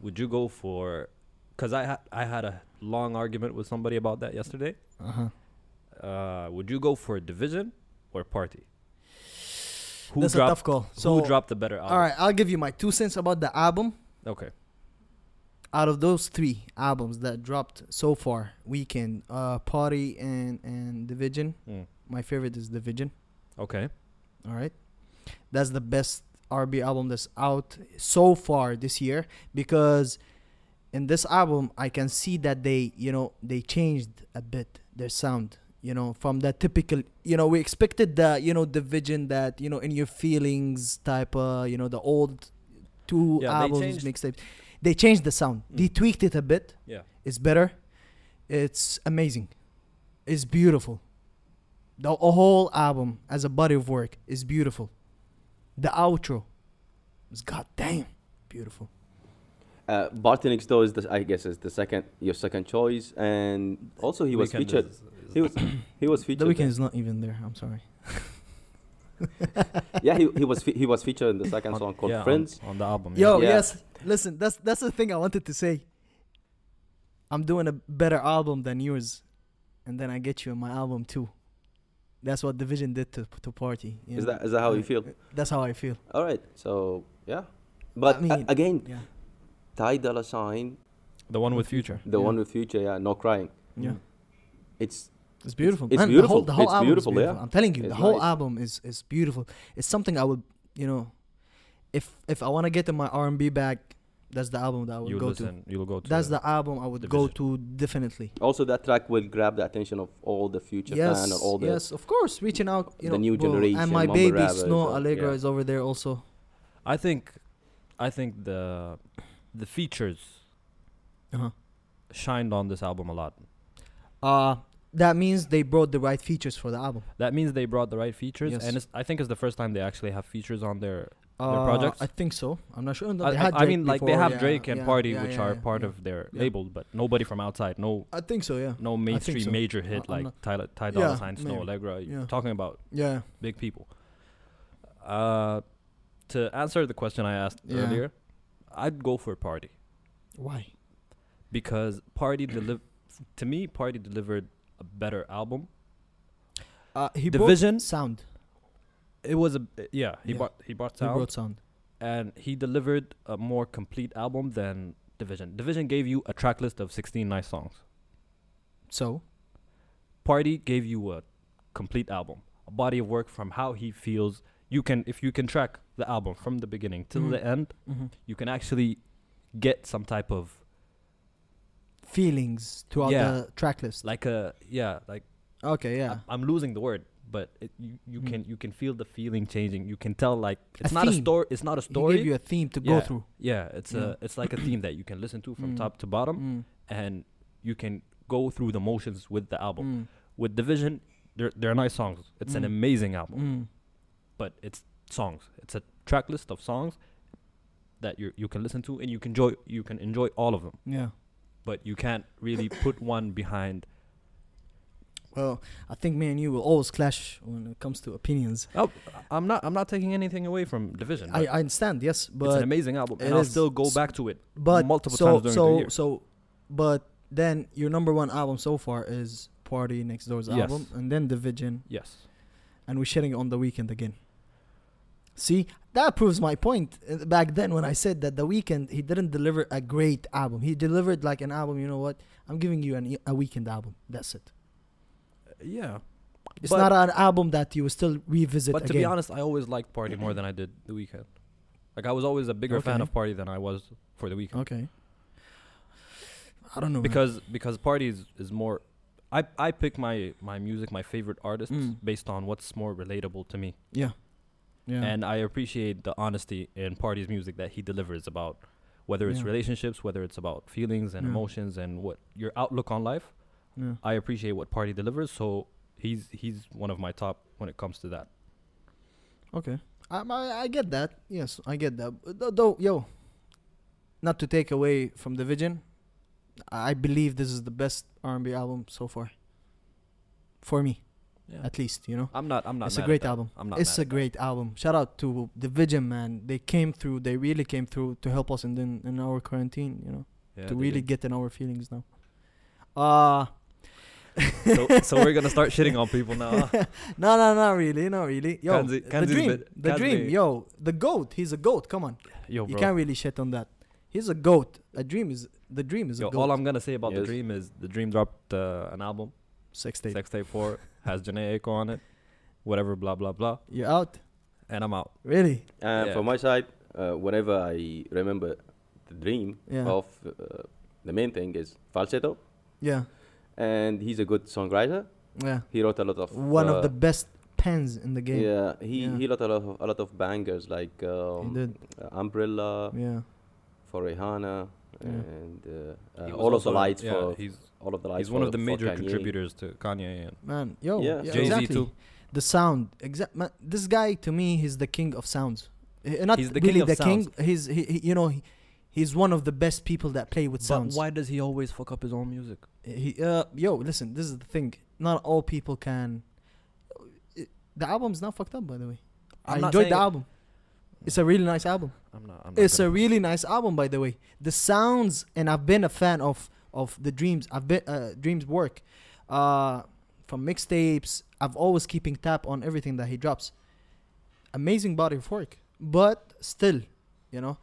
[SPEAKER 2] Would you go for? Because I had I had a long argument with somebody about that yesterday.
[SPEAKER 1] Uh-huh.
[SPEAKER 2] Uh, would you go for division or party? Who
[SPEAKER 1] That's a
[SPEAKER 2] dropped
[SPEAKER 1] tough call. So,
[SPEAKER 2] who dropped the better album?
[SPEAKER 1] all right, I'll give you my two cents about the album.
[SPEAKER 2] Okay.
[SPEAKER 1] Out of those three albums that dropped so far, Weekend, uh, Party, and and Division,
[SPEAKER 2] Mm.
[SPEAKER 1] my favorite is Division.
[SPEAKER 2] Okay.
[SPEAKER 1] All right, that's the best RB album that's out so far this year because in this album I can see that they you know they changed a bit their sound you know from that typical you know we expected the you know division that you know in your feelings type uh you know the old two
[SPEAKER 2] Yeah, they
[SPEAKER 1] albums
[SPEAKER 2] changed-
[SPEAKER 1] mixtapes they changed the sound
[SPEAKER 2] Mm.
[SPEAKER 1] they tweaked it a bit
[SPEAKER 2] Yeah.
[SPEAKER 1] it's better it's amazing it's beautiful the whole album as a body of work is beautiful the outro is goddamn beautiful
[SPEAKER 3] Uh, Bartonix though is the, I guess is the second your second choice, and also he was
[SPEAKER 2] Weeknd
[SPEAKER 3] featured.
[SPEAKER 2] is- is-
[SPEAKER 3] he was he was featured.
[SPEAKER 1] the weekend is not even there i'm sorry
[SPEAKER 3] Yeah, he, he was fe- he was featured in the second
[SPEAKER 2] on-
[SPEAKER 3] song called
[SPEAKER 2] yeah, on-
[SPEAKER 3] Friends.
[SPEAKER 2] on, the album. yeah.
[SPEAKER 1] Yo,
[SPEAKER 3] Yeah.
[SPEAKER 1] yes. Listen, that's that's the thing I wanted to say. I'm doing a better album than yours, and then I get you in my album too. That's what Division did to to Party. you
[SPEAKER 3] Is
[SPEAKER 1] know?
[SPEAKER 3] that is that how you feel?
[SPEAKER 1] That's how I feel.
[SPEAKER 3] All right, so yeah, but a-
[SPEAKER 1] mean-
[SPEAKER 3] again,
[SPEAKER 1] Yeah.
[SPEAKER 3] Ty Dolla Sign,
[SPEAKER 2] the one with Future.
[SPEAKER 3] the
[SPEAKER 1] Yeah.
[SPEAKER 3] one with Future, yeah, no crying.
[SPEAKER 1] Yeah.
[SPEAKER 3] It's
[SPEAKER 1] It's beautiful.
[SPEAKER 3] it's
[SPEAKER 1] man.
[SPEAKER 3] beautiful.
[SPEAKER 1] The whole, the whole
[SPEAKER 3] It's
[SPEAKER 1] album
[SPEAKER 3] beautiful,
[SPEAKER 1] is beautiful.
[SPEAKER 3] yeah.
[SPEAKER 1] I'm telling you,
[SPEAKER 3] It's
[SPEAKER 1] the whole
[SPEAKER 3] nice.
[SPEAKER 1] album is is beautiful. It's something I would, you know, if if I want to get in my R&B bag, that's the album that I would
[SPEAKER 2] You'll
[SPEAKER 1] go
[SPEAKER 2] listen. You'll go
[SPEAKER 1] to.
[SPEAKER 2] to.
[SPEAKER 1] That's the album I would go to definitely.
[SPEAKER 3] also that track will grab the attention of all the Future
[SPEAKER 1] yes,
[SPEAKER 3] fan and all the
[SPEAKER 1] yes, of course, reaching out, you
[SPEAKER 3] the
[SPEAKER 1] know,
[SPEAKER 3] new
[SPEAKER 1] bro,
[SPEAKER 3] generation,
[SPEAKER 1] and my
[SPEAKER 3] mumble
[SPEAKER 1] baby
[SPEAKER 3] rappers,
[SPEAKER 1] Snow
[SPEAKER 3] uh,
[SPEAKER 1] Allegra
[SPEAKER 3] yeah.
[SPEAKER 1] is over there also.
[SPEAKER 2] I think, I think the, the features
[SPEAKER 1] Uh-huh.
[SPEAKER 2] shined on this album a lot.
[SPEAKER 1] Uh that means they brought the right features for the album.
[SPEAKER 2] That means they brought the right features,
[SPEAKER 1] Yes.
[SPEAKER 2] and it's, I think it's the first time they actually have features on their.
[SPEAKER 1] Uh,
[SPEAKER 2] projects?
[SPEAKER 1] I think so. I'm not sure. No,
[SPEAKER 2] I,
[SPEAKER 1] they
[SPEAKER 2] I-
[SPEAKER 1] had
[SPEAKER 2] I
[SPEAKER 1] Drake
[SPEAKER 2] mean, like they
[SPEAKER 1] before,
[SPEAKER 2] have
[SPEAKER 1] yeah,
[SPEAKER 2] Drake and
[SPEAKER 1] yeah,
[SPEAKER 2] Party,
[SPEAKER 1] yeah,
[SPEAKER 2] which
[SPEAKER 1] yeah,
[SPEAKER 2] are
[SPEAKER 1] yeah,
[SPEAKER 2] part
[SPEAKER 1] yeah.
[SPEAKER 2] of their
[SPEAKER 1] yeah.
[SPEAKER 2] label, but nobody from outside. No,
[SPEAKER 1] I think so. Yeah.
[SPEAKER 2] no mainstream
[SPEAKER 1] so.
[SPEAKER 2] major
[SPEAKER 1] I-
[SPEAKER 2] hit
[SPEAKER 1] I'm
[SPEAKER 2] like
[SPEAKER 1] not-
[SPEAKER 2] Ty, Ty
[SPEAKER 1] Yeah,
[SPEAKER 2] Dolla Sign, Snow
[SPEAKER 1] maybe.
[SPEAKER 2] Allegra. You're
[SPEAKER 1] Yeah.
[SPEAKER 2] talking about
[SPEAKER 1] Yeah.
[SPEAKER 2] big people. Uh, to answer the question I asked
[SPEAKER 1] Yeah.
[SPEAKER 2] earlier, I'd go for Party
[SPEAKER 1] Why?
[SPEAKER 2] because Party deliv- to me, Party delivered a better album.
[SPEAKER 1] Uh, he
[SPEAKER 2] Division?
[SPEAKER 1] brought sound.
[SPEAKER 2] It was a yeah. He
[SPEAKER 1] Yeah.
[SPEAKER 2] bought he bought
[SPEAKER 1] He
[SPEAKER 2] sound.
[SPEAKER 1] brought sound.
[SPEAKER 2] and he delivered a more complete album than Division. Division gave you a track list of 16 nice songs.
[SPEAKER 1] So
[SPEAKER 2] Party gave you a complete album, a body of work from how he feels. You can, if you can track the album from the beginning till
[SPEAKER 1] Mhm.
[SPEAKER 2] the end, you can actually get some type of
[SPEAKER 1] feelings throughout
[SPEAKER 2] Yeah.
[SPEAKER 1] the track list.
[SPEAKER 2] like a yeah, like
[SPEAKER 1] okay. Yeah.
[SPEAKER 2] I, am losing the word, but it, you, you
[SPEAKER 1] Mm.
[SPEAKER 2] can you can feel the feeling changing. You can tell like it's not a
[SPEAKER 1] theme.
[SPEAKER 2] story. It's not a
[SPEAKER 1] He gave
[SPEAKER 2] story.
[SPEAKER 1] you a theme to go
[SPEAKER 2] Yeah.
[SPEAKER 1] through.
[SPEAKER 2] yeah, it's
[SPEAKER 1] Yeah.
[SPEAKER 2] a it's like a theme that you can listen to from
[SPEAKER 1] Mm.
[SPEAKER 2] top to bottom. and you can go through the motions with the album.
[SPEAKER 1] Mm.
[SPEAKER 2] With Division, they're, they're nice songs. It's an
[SPEAKER 1] Mm.
[SPEAKER 2] amazing album,
[SPEAKER 1] Mm.
[SPEAKER 2] but it's songs. It's a track list of songs that you you can listen to and you can enjoy you can enjoy all of them,
[SPEAKER 1] Yeah.
[SPEAKER 2] but you can't really put one behind.
[SPEAKER 1] Well, I think me and you will always clash when it comes to opinions.
[SPEAKER 2] Oh, I'm not I'm not taking anything away from Division.
[SPEAKER 1] I,
[SPEAKER 2] but
[SPEAKER 1] I understand, yes,
[SPEAKER 2] it's an
[SPEAKER 1] but
[SPEAKER 2] amazing album,
[SPEAKER 1] it
[SPEAKER 2] and I'll
[SPEAKER 1] is
[SPEAKER 2] still go
[SPEAKER 1] s-
[SPEAKER 2] back to it.
[SPEAKER 1] but
[SPEAKER 2] multiple
[SPEAKER 1] so,
[SPEAKER 2] times during the
[SPEAKER 1] so,
[SPEAKER 2] year.
[SPEAKER 1] So, but then your number one album so far is Party Next Door's
[SPEAKER 2] Yes.
[SPEAKER 1] album, and then Division,
[SPEAKER 2] Yes,
[SPEAKER 1] and we're shitting on the weekend again. See, that proves my point uh, back then when I said that the weekend he didn't deliver a great album. He delivered like an album. You know what? I'm giving you an, e, a weekend album. That's it.
[SPEAKER 2] yeah.
[SPEAKER 1] It's
[SPEAKER 2] But-
[SPEAKER 1] not an album that you will still revisit
[SPEAKER 2] But to
[SPEAKER 1] again.
[SPEAKER 2] be honest, I always liked Party more than I did The Weekend. Like I was always a bigger fan
[SPEAKER 1] Okay.
[SPEAKER 2] of Party than I was for The Weekend.
[SPEAKER 1] okay. I don't know man.
[SPEAKER 2] because because party is, is more I, I pick my, my music my favorite artists
[SPEAKER 1] Mm.
[SPEAKER 2] based on what's more relatable to me
[SPEAKER 1] yeah, yeah,
[SPEAKER 2] and i appreciate the honesty in party's music that he delivers about whether it's
[SPEAKER 1] Yeah.
[SPEAKER 2] relationships whether it's about feelings and
[SPEAKER 1] Yeah.
[SPEAKER 2] emotions and what your outlook on life
[SPEAKER 1] yeah.
[SPEAKER 2] i appreciate what party delivers so he's he's one of my top when it comes to that
[SPEAKER 1] Okay. I, I, I get that. Yes, I get that. But tho- Though, yo, not to take away from the vision, I believe this is the best R&B album so far. For me,
[SPEAKER 2] yeah.
[SPEAKER 1] at least, you know.
[SPEAKER 2] i'm not i'm not
[SPEAKER 1] it's a
[SPEAKER 2] mad at
[SPEAKER 1] great
[SPEAKER 2] that.
[SPEAKER 1] album.
[SPEAKER 2] i'm not
[SPEAKER 1] It's
[SPEAKER 2] mad
[SPEAKER 1] a
[SPEAKER 2] at that.
[SPEAKER 1] great album. Shout out to the Vision, man. They came through. They really came through to help us in in, in our quarantine, you know,
[SPEAKER 2] Yeah,
[SPEAKER 1] to
[SPEAKER 2] they
[SPEAKER 1] really
[SPEAKER 2] did.
[SPEAKER 1] get in our feelings now. Uh
[SPEAKER 2] so, so we're gonna start shitting on people now huh?
[SPEAKER 1] no, no, not really, not really. Yo,
[SPEAKER 2] Kanzi-
[SPEAKER 1] the
[SPEAKER 2] Kanzi's a
[SPEAKER 1] dream,
[SPEAKER 2] bit-
[SPEAKER 1] the dream,
[SPEAKER 2] Kanzi-
[SPEAKER 1] yo, the goat. He's a goat. Come on.
[SPEAKER 2] yo
[SPEAKER 1] You
[SPEAKER 2] bro
[SPEAKER 1] can't really shit on that. He's a goat. A dream is the dream is
[SPEAKER 2] yo,
[SPEAKER 1] a goat.
[SPEAKER 2] all i'm gonna say about the
[SPEAKER 3] Yes.
[SPEAKER 2] dream is the dream dropped uh, an album
[SPEAKER 1] Sex tape.
[SPEAKER 2] Sex tape four has Janae Aiko on it. Whatever, blah blah blah.
[SPEAKER 1] You're out.
[SPEAKER 2] And I'm out.
[SPEAKER 1] Really?
[SPEAKER 3] And
[SPEAKER 2] Yeah.
[SPEAKER 3] from my side, uh, whenever I remember the dream
[SPEAKER 1] Yeah.
[SPEAKER 3] of uh, the main thing is falsetto,
[SPEAKER 1] Yeah.
[SPEAKER 3] and he's a good songwriter.
[SPEAKER 1] Yeah.
[SPEAKER 3] He wrote a lot of
[SPEAKER 1] One
[SPEAKER 3] uh,
[SPEAKER 1] of the best pens in the game.
[SPEAKER 3] Yeah, he,
[SPEAKER 1] Yeah.
[SPEAKER 3] he wrote a lot of a lot of bangers like
[SPEAKER 1] He
[SPEAKER 3] um,
[SPEAKER 1] did.
[SPEAKER 3] uh, Umbrella
[SPEAKER 2] Um,
[SPEAKER 1] Yeah.
[SPEAKER 3] for Rihanna
[SPEAKER 1] Yeah.
[SPEAKER 3] and uh, uh,
[SPEAKER 2] He was
[SPEAKER 3] all of the
[SPEAKER 2] also-
[SPEAKER 3] lights
[SPEAKER 2] yeah,
[SPEAKER 3] for
[SPEAKER 2] he's
[SPEAKER 3] all of the lights.
[SPEAKER 2] he's one
[SPEAKER 3] for-
[SPEAKER 2] of the
[SPEAKER 3] for
[SPEAKER 2] major
[SPEAKER 3] Kanye.
[SPEAKER 2] contributors to Kanye and
[SPEAKER 1] Man, yo.
[SPEAKER 3] Yeah.
[SPEAKER 1] Yeah.
[SPEAKER 3] Jay-Z
[SPEAKER 1] exactly.
[SPEAKER 2] too.
[SPEAKER 1] The sound. Exact. This guy to me, he's the king of sounds. Eh, Not
[SPEAKER 2] He's the king
[SPEAKER 1] really
[SPEAKER 2] of
[SPEAKER 1] the
[SPEAKER 2] sounds.
[SPEAKER 1] king. He's he, he, you know, he, he's one of the best people that play with sounds.
[SPEAKER 2] But why does he always fuck up his own music?
[SPEAKER 1] he uh yo listen this is the thing not all people can It- the album's not fucked up by the way i
[SPEAKER 2] I'm not
[SPEAKER 1] enjoyed the
[SPEAKER 2] saying-
[SPEAKER 1] album it's a really nice album
[SPEAKER 2] I'm not. I'm not
[SPEAKER 1] it's a
[SPEAKER 2] gonna-
[SPEAKER 1] really nice album by the way the sounds and i've been a fan of of the dreams i've been uh, dreams work uh from mixtapes i've always keeping tap on everything that he drops amazing body of work but still you know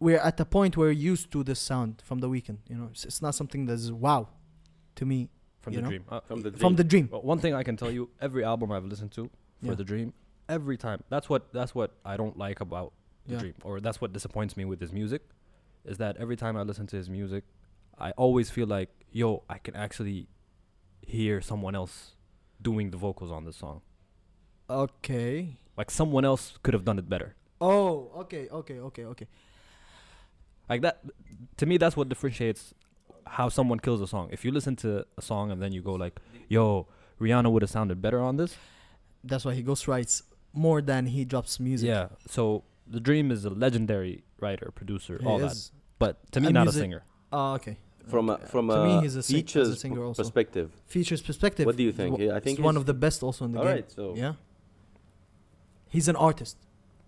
[SPEAKER 1] we're at a point where we're used to this sound from the weekend you know it's, it's not something that's wow to me
[SPEAKER 2] from
[SPEAKER 1] you
[SPEAKER 2] the
[SPEAKER 1] know?
[SPEAKER 2] dream. Uh,
[SPEAKER 3] From the
[SPEAKER 1] from
[SPEAKER 3] Dream.
[SPEAKER 1] the dream
[SPEAKER 2] Well, one thing I can tell you, every album I've listened to for
[SPEAKER 1] Yeah.
[SPEAKER 2] the Dream, every time. That's what that's what I don't like about the
[SPEAKER 1] Yeah.
[SPEAKER 2] Dream, or that's what disappoints me with his music, is that every time I listen to his music, I always feel like, yo, I can actually hear someone else doing the vocals on this song.
[SPEAKER 1] okay
[SPEAKER 2] Like someone else could have done it better.
[SPEAKER 1] oh okay okay okay okay
[SPEAKER 2] Like that, to me, that's what differentiates how someone kills a song. If you listen to a song and then you go like, yo. Rihanna would have sounded better on this.
[SPEAKER 1] that's why he ghostwrites more than he drops music
[SPEAKER 2] Yeah. So the Dream is a legendary writer, producer,
[SPEAKER 1] He
[SPEAKER 2] all that.
[SPEAKER 1] is-
[SPEAKER 2] But to me,
[SPEAKER 1] And
[SPEAKER 2] not
[SPEAKER 1] music-
[SPEAKER 2] a singer.
[SPEAKER 1] Oh, okay.
[SPEAKER 3] from a, from
[SPEAKER 1] To
[SPEAKER 3] a,
[SPEAKER 1] me, he's a sing- as a
[SPEAKER 3] teacher's
[SPEAKER 1] singer
[SPEAKER 3] p-
[SPEAKER 1] also.
[SPEAKER 3] perspective.
[SPEAKER 1] Features perspective.
[SPEAKER 3] What do you
[SPEAKER 1] he's
[SPEAKER 3] think?
[SPEAKER 1] wa-
[SPEAKER 3] Yeah, I think
[SPEAKER 1] he's one
[SPEAKER 3] he's-
[SPEAKER 1] of the best also in the
[SPEAKER 3] All
[SPEAKER 1] game.
[SPEAKER 3] right, so
[SPEAKER 1] Yeah. He's an artist.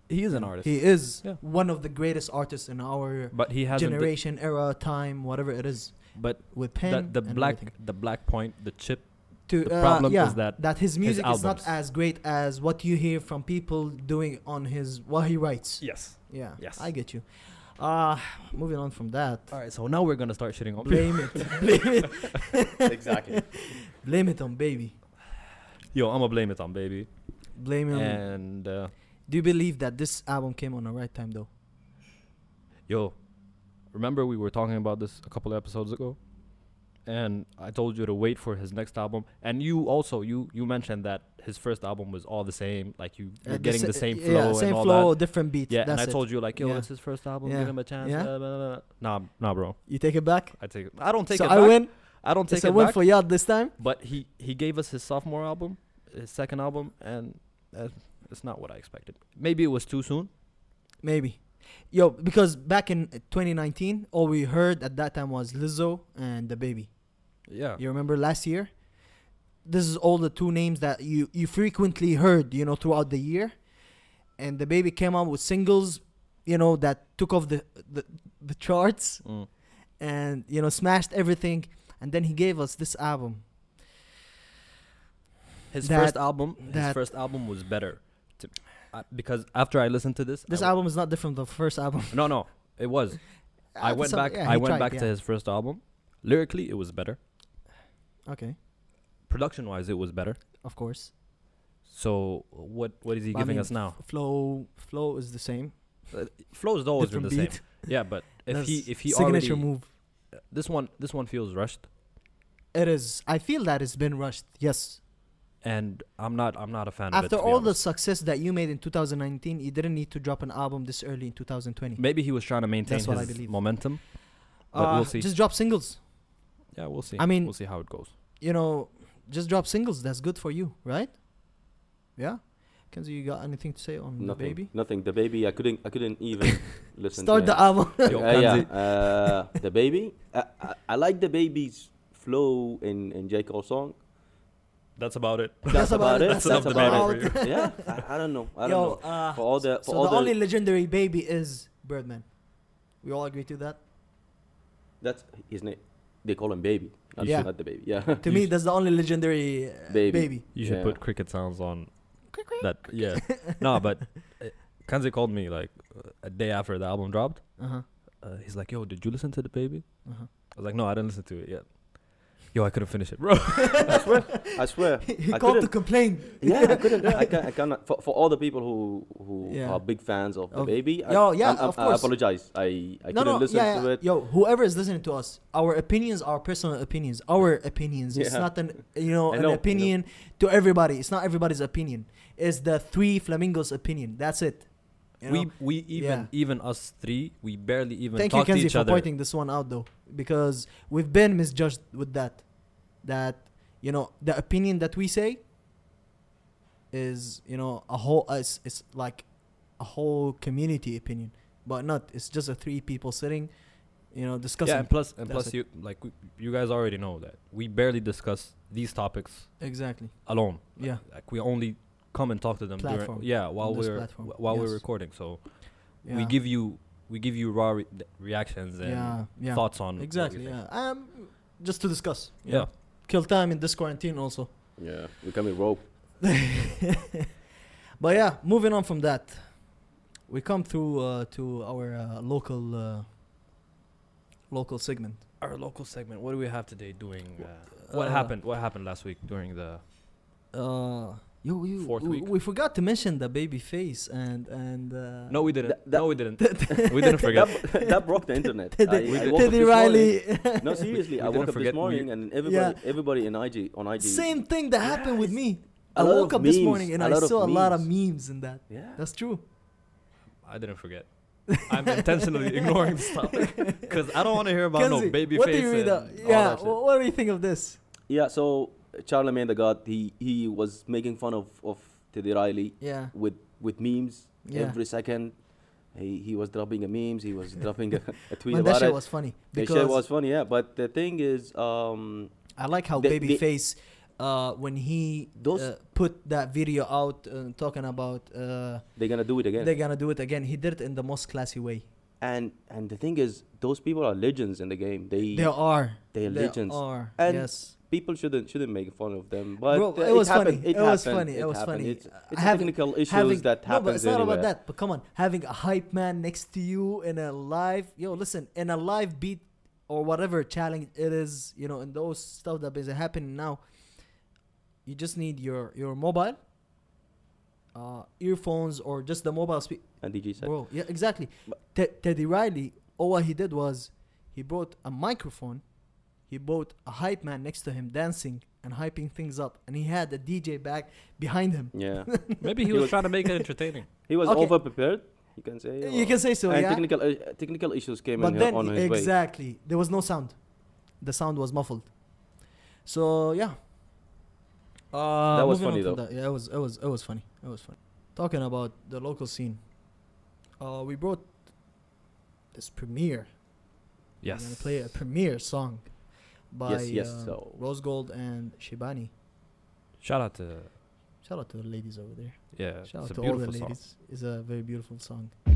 [SPEAKER 2] He is an artist,
[SPEAKER 1] He is
[SPEAKER 2] Yeah.
[SPEAKER 1] one of the greatest artists in our
[SPEAKER 2] but he hasn't. di-
[SPEAKER 1] generation, era, time, whatever it is.
[SPEAKER 2] but
[SPEAKER 1] With
[SPEAKER 2] the,
[SPEAKER 1] pen
[SPEAKER 2] the
[SPEAKER 1] and
[SPEAKER 2] black,
[SPEAKER 1] everything.
[SPEAKER 2] the black point, the chip.
[SPEAKER 1] To,
[SPEAKER 2] the
[SPEAKER 1] uh,
[SPEAKER 2] problem
[SPEAKER 1] yeah,
[SPEAKER 2] is that
[SPEAKER 1] his music is not
[SPEAKER 2] albums-
[SPEAKER 1] as great as what you hear from people doing on his what he writes.
[SPEAKER 2] Yes.
[SPEAKER 1] Yeah.
[SPEAKER 2] Yes.
[SPEAKER 1] I get you. Uh moving on from that.
[SPEAKER 2] All right. So now we're gonna start shitting on. people.
[SPEAKER 1] Blame it. blame it.
[SPEAKER 3] exactly.
[SPEAKER 1] Blame it on baby.
[SPEAKER 2] Yo, I'm gonna blame it on baby.
[SPEAKER 1] Blame it on
[SPEAKER 2] And uh,
[SPEAKER 1] Do you believe that this album came on the right time though?
[SPEAKER 2] yo, remember we were talking about this a couple of episodes ago, and I told you to wait for his next album. And you also you you mentioned that his first album was all the same. Like you
[SPEAKER 1] Uh,
[SPEAKER 2] you're getting
[SPEAKER 1] sa-
[SPEAKER 2] the same
[SPEAKER 1] yeah,
[SPEAKER 2] flow and
[SPEAKER 1] same
[SPEAKER 2] all
[SPEAKER 1] flow,
[SPEAKER 2] that.
[SPEAKER 1] different beats.
[SPEAKER 2] Yeah,
[SPEAKER 1] that's
[SPEAKER 2] and I
[SPEAKER 1] it.
[SPEAKER 2] told you like, yo,
[SPEAKER 1] Yeah.
[SPEAKER 2] it's his first album.
[SPEAKER 1] Yeah.
[SPEAKER 2] Give him a chance.
[SPEAKER 1] Yeah.
[SPEAKER 2] blah, blah, blah, blah. Nah, nah, bro.
[SPEAKER 1] you take it back.
[SPEAKER 2] I take it. I don't take
[SPEAKER 1] so
[SPEAKER 2] it.
[SPEAKER 1] I
[SPEAKER 2] back.
[SPEAKER 1] win.
[SPEAKER 2] I don't take
[SPEAKER 1] It's a
[SPEAKER 2] it
[SPEAKER 1] win
[SPEAKER 2] back.
[SPEAKER 1] for Yad this time.
[SPEAKER 2] But he he gave us his sophomore album, his second album, and uh, it's not what I expected. Maybe it was too soon.
[SPEAKER 1] Maybe. Yo, because back in 2019, all we heard at that time was Lizzo and the baby.
[SPEAKER 2] Yeah.
[SPEAKER 1] You remember last year? This is all the two names that you you frequently heard, you know, throughout the year. And the baby came out with singles, you know, that took off the the, the charts.
[SPEAKER 2] Mm.
[SPEAKER 1] and you know smashed everything and then he gave us this album
[SPEAKER 2] His
[SPEAKER 1] That-
[SPEAKER 2] first album. His
[SPEAKER 1] that-
[SPEAKER 2] first album was better, to, uh, because after I listened to this, I
[SPEAKER 1] this
[SPEAKER 2] w-
[SPEAKER 1] album is not different from the first album
[SPEAKER 2] No, no, it was. I
[SPEAKER 1] Uh,
[SPEAKER 2] went
[SPEAKER 1] some-
[SPEAKER 2] back.
[SPEAKER 1] yeah,
[SPEAKER 2] I
[SPEAKER 1] he
[SPEAKER 2] went
[SPEAKER 1] tried,
[SPEAKER 2] back to
[SPEAKER 1] yeah.
[SPEAKER 2] his first album. Lyrically, it was better.
[SPEAKER 1] okay
[SPEAKER 2] Production wise, it was better.
[SPEAKER 1] of course
[SPEAKER 2] So what what is he
[SPEAKER 1] But I
[SPEAKER 2] giving
[SPEAKER 1] mean,
[SPEAKER 2] us now?
[SPEAKER 1] f- flow flow is the same
[SPEAKER 2] Flow's always been the
[SPEAKER 1] different
[SPEAKER 2] same.
[SPEAKER 1] beat
[SPEAKER 2] Yeah, but if
[SPEAKER 1] That's
[SPEAKER 2] he if he
[SPEAKER 1] signature
[SPEAKER 2] already
[SPEAKER 1] move
[SPEAKER 2] this one this one feels rushed.
[SPEAKER 1] it is i feel that it's been rushed yes
[SPEAKER 2] and I'm not I'm not a fan of it.
[SPEAKER 1] after
[SPEAKER 2] to be
[SPEAKER 1] all the
[SPEAKER 2] honest.
[SPEAKER 1] success that you made in 2019 you didn't need to drop an album this early in 2020
[SPEAKER 2] maybe he was trying to maintain
[SPEAKER 1] That's what I
[SPEAKER 2] his
[SPEAKER 1] believe.
[SPEAKER 2] momentum. but
[SPEAKER 1] Uh,
[SPEAKER 2] we'll see.
[SPEAKER 1] just drop singles
[SPEAKER 2] Yeah, we'll see.
[SPEAKER 1] I mean-
[SPEAKER 2] we'll see how it goes.
[SPEAKER 1] you know just drop singles that's good for you right yeah Kenzie, you got anything to say on the
[SPEAKER 3] Nothing.
[SPEAKER 1] baby
[SPEAKER 3] Nothing. The baby. I couldn't. I couldn't even listen.
[SPEAKER 1] start
[SPEAKER 3] to
[SPEAKER 1] the album
[SPEAKER 2] Yo,
[SPEAKER 3] Uh, yeah.
[SPEAKER 2] Kanzi-
[SPEAKER 3] Uh, the baby. I, I, I like the baby's flow in in J Cole song.
[SPEAKER 2] That's about it.
[SPEAKER 3] That's about it.
[SPEAKER 2] That's enough
[SPEAKER 3] That's
[SPEAKER 2] debate
[SPEAKER 3] about
[SPEAKER 2] over
[SPEAKER 3] it. Yeah. I, I don't know. I don't
[SPEAKER 1] Yo,
[SPEAKER 3] know.
[SPEAKER 1] Uh,
[SPEAKER 3] For all the for
[SPEAKER 1] so
[SPEAKER 3] all
[SPEAKER 1] the, only legendary baby is Birdman. We all agree to that.
[SPEAKER 3] That's his name. They call him baby. Not,
[SPEAKER 1] Yeah.
[SPEAKER 3] not the baby. Yeah.
[SPEAKER 1] To
[SPEAKER 2] You
[SPEAKER 1] me,
[SPEAKER 2] s-
[SPEAKER 1] that's the only legendary uh,
[SPEAKER 3] Baby.
[SPEAKER 1] baby.
[SPEAKER 2] You should
[SPEAKER 3] Yeah.
[SPEAKER 2] put cricket sounds on that. Yeah, no, but uh, Kanzi called me like uh, a day after the album dropped.
[SPEAKER 1] Uh huh.
[SPEAKER 2] Uh, he's like, "Yo, did you listen to the baby?"
[SPEAKER 1] Uh huh.
[SPEAKER 2] I was like, "No, I didn't listen to it yet." Yo, I couldn't finish it, bro.
[SPEAKER 3] I swear, I swear.
[SPEAKER 1] he
[SPEAKER 3] I
[SPEAKER 1] called to
[SPEAKER 3] couldn't-
[SPEAKER 1] complain.
[SPEAKER 3] Yeah, I couldn't. I can't. I cannot. For, for all the people who who
[SPEAKER 1] Yeah.
[SPEAKER 3] are big fans of the
[SPEAKER 1] Of-
[SPEAKER 3] baby, I,
[SPEAKER 1] Yo, yeah,
[SPEAKER 3] I, I,
[SPEAKER 1] of
[SPEAKER 3] I
[SPEAKER 1] course.
[SPEAKER 3] apologize. I I couldn't listen
[SPEAKER 1] yeah,
[SPEAKER 3] to
[SPEAKER 1] yeah.
[SPEAKER 3] it.
[SPEAKER 1] Yo, whoever is listening to us, our opinions are personal opinions. Our opinions. It's
[SPEAKER 3] Yeah.
[SPEAKER 1] not an you know
[SPEAKER 3] I
[SPEAKER 1] an
[SPEAKER 3] know, I know.
[SPEAKER 1] opinion to everybody. It's not everybody's opinion. It's the three flamingos' opinion. That's it. You
[SPEAKER 2] we
[SPEAKER 1] know?
[SPEAKER 2] we even
[SPEAKER 1] yeah.
[SPEAKER 2] even us three, we barely even
[SPEAKER 1] Thank you,
[SPEAKER 2] talk to
[SPEAKER 1] Kenzie,
[SPEAKER 2] each
[SPEAKER 1] for
[SPEAKER 2] other.
[SPEAKER 1] pointing this one out though, because we've been misjudged with that. That you know the opinion that we say is you know a whole uh, it's, it's like a whole community opinion, but not. It's just a three people sitting, you know, discussing.
[SPEAKER 2] Yeah, and plus and
[SPEAKER 1] That's
[SPEAKER 2] plus
[SPEAKER 1] it.
[SPEAKER 2] you like we, you guys already know that we barely discuss these topics
[SPEAKER 1] Exactly.
[SPEAKER 2] alone. Like-
[SPEAKER 1] Yeah.
[SPEAKER 2] like, we only come and talk to them
[SPEAKER 1] Platform.
[SPEAKER 2] during yeah while
[SPEAKER 1] This
[SPEAKER 2] we're
[SPEAKER 1] platform.
[SPEAKER 2] wh- while
[SPEAKER 1] Yes.
[SPEAKER 2] we're recording. So
[SPEAKER 1] yeah.
[SPEAKER 2] we give you we give you raw re- reactions and
[SPEAKER 1] yeah, yeah.
[SPEAKER 2] thoughts on what we
[SPEAKER 1] Exactly.
[SPEAKER 2] think.
[SPEAKER 1] Yeah. Um, just to discuss. you
[SPEAKER 2] yeah.
[SPEAKER 1] know. Kill time in this quarantine also.
[SPEAKER 3] Yeah, we can be rope.
[SPEAKER 1] But yeah, moving on from that, we come through uh, to our uh, local uh, local segment.
[SPEAKER 2] Our local segment. What do we have today? Doing
[SPEAKER 1] uh,
[SPEAKER 2] what
[SPEAKER 1] uh,
[SPEAKER 2] happened? What happened last week during the
[SPEAKER 1] Uh, you, you,
[SPEAKER 2] Fourth
[SPEAKER 1] we,
[SPEAKER 2] week.
[SPEAKER 1] we forgot to mention the baby face and and uh,
[SPEAKER 2] No, we didn't.
[SPEAKER 3] That- that-
[SPEAKER 2] no, we didn't. we didn't forget.
[SPEAKER 3] That, that broke the internet. I,
[SPEAKER 1] Teddy,
[SPEAKER 3] I
[SPEAKER 2] did-
[SPEAKER 3] woke up
[SPEAKER 1] Teddy
[SPEAKER 3] this morning-
[SPEAKER 1] Riley.
[SPEAKER 3] No, seriously, I
[SPEAKER 2] didn't
[SPEAKER 3] woke up
[SPEAKER 2] forget
[SPEAKER 3] this
[SPEAKER 2] we-
[SPEAKER 3] morning and everybody, everybody in IG on IG.
[SPEAKER 1] Same thing that happened with me.
[SPEAKER 3] A
[SPEAKER 1] I
[SPEAKER 3] lot
[SPEAKER 1] woke
[SPEAKER 3] of
[SPEAKER 1] up this
[SPEAKER 3] memes,
[SPEAKER 1] morning and
[SPEAKER 3] a
[SPEAKER 1] I
[SPEAKER 3] lot of
[SPEAKER 1] saw a lot of memes in that.
[SPEAKER 3] Yeah.
[SPEAKER 1] That's true.
[SPEAKER 2] I didn't forget. I'm intentionally ignoring this topic because I don't want to hear about
[SPEAKER 1] Kenzie,
[SPEAKER 2] no baby
[SPEAKER 1] what
[SPEAKER 2] face
[SPEAKER 1] do you read?
[SPEAKER 2] and
[SPEAKER 1] up?
[SPEAKER 2] all
[SPEAKER 1] Yeah.
[SPEAKER 2] that shit.
[SPEAKER 1] wh- What do you think of this?
[SPEAKER 3] Yeah. So Charlemagne the God, he he was making fun of of Teddy Riley
[SPEAKER 1] Yeah.
[SPEAKER 3] with with memes
[SPEAKER 1] Yeah.
[SPEAKER 3] every second. He he was dropping a memes. He was dropping a, a tweet
[SPEAKER 1] Man, that
[SPEAKER 3] about
[SPEAKER 1] shit
[SPEAKER 3] it.
[SPEAKER 1] was funny
[SPEAKER 3] The
[SPEAKER 1] because
[SPEAKER 3] shit was funny, yeah. But the thing is, um,
[SPEAKER 1] I like how
[SPEAKER 3] They- they-
[SPEAKER 1] Babyface, uh, when he
[SPEAKER 3] Those-
[SPEAKER 1] uh, put that video out uh, talking about uh,
[SPEAKER 3] they're gonna do it again.
[SPEAKER 1] they're gonna do it again, he did it in the most classy way.
[SPEAKER 3] and and the thing is, those people are legends in the game. They
[SPEAKER 1] There are.
[SPEAKER 3] They are
[SPEAKER 1] There
[SPEAKER 3] legends.
[SPEAKER 1] are.
[SPEAKER 3] And
[SPEAKER 1] yes.
[SPEAKER 3] people shouldn't shouldn't make fun of them. But
[SPEAKER 1] Bro,
[SPEAKER 3] uh,
[SPEAKER 1] it was
[SPEAKER 3] happened.
[SPEAKER 1] funny. It, was
[SPEAKER 3] happened.
[SPEAKER 1] funny. It, was
[SPEAKER 3] happened.
[SPEAKER 1] funny.
[SPEAKER 3] It's, it's
[SPEAKER 1] Having-
[SPEAKER 3] technical issues
[SPEAKER 1] having-
[SPEAKER 3] that
[SPEAKER 1] no,
[SPEAKER 3] happens.
[SPEAKER 1] but it's not
[SPEAKER 3] anywhere.
[SPEAKER 1] about that. But come on, having a hype man next to you in a live, yo, listen, in a live beat or whatever challenge it is, you know, and those stuff that is happening now, you just need your your mobile, uh, earphones or just the mobile speaker.
[SPEAKER 3] And DG said,
[SPEAKER 1] Bro, yeah, exactly.
[SPEAKER 3] But-
[SPEAKER 1] Te- Teddy Riley, all what he did was he brought a microphone, he brought a hype man next to him dancing and hyping things up, and he had a DJ back behind him.
[SPEAKER 3] yeah,
[SPEAKER 2] Maybe he was trying to make it entertaining.
[SPEAKER 3] he was
[SPEAKER 1] Okay.
[SPEAKER 3] over prepared. You can say. or-
[SPEAKER 1] You can say so,
[SPEAKER 3] and
[SPEAKER 1] yeah.
[SPEAKER 3] technical uh, technical issues came in
[SPEAKER 1] But
[SPEAKER 3] here
[SPEAKER 1] then,
[SPEAKER 3] on his way.
[SPEAKER 1] exactly, there was no sound. The sound was muffled. So yeah. Uh,
[SPEAKER 3] That was
[SPEAKER 1] moving on
[SPEAKER 3] funny,
[SPEAKER 1] from
[SPEAKER 3] though.
[SPEAKER 1] that. Yeah, it was it was it was funny. It was funny. Talking about the local scene, uh, we brought this premiere I'm gonna
[SPEAKER 2] Yes.
[SPEAKER 1] play a premiere song by
[SPEAKER 3] yes,
[SPEAKER 1] uh,
[SPEAKER 3] so-
[SPEAKER 1] Rose Gold and Shibani.
[SPEAKER 2] Shout out to
[SPEAKER 1] Shout out to the ladies over there.
[SPEAKER 2] yeah.
[SPEAKER 1] Shout out
[SPEAKER 2] it's a
[SPEAKER 1] to all the
[SPEAKER 2] beautiful
[SPEAKER 1] ladies.
[SPEAKER 2] song.
[SPEAKER 1] It's a very beautiful song. Uh,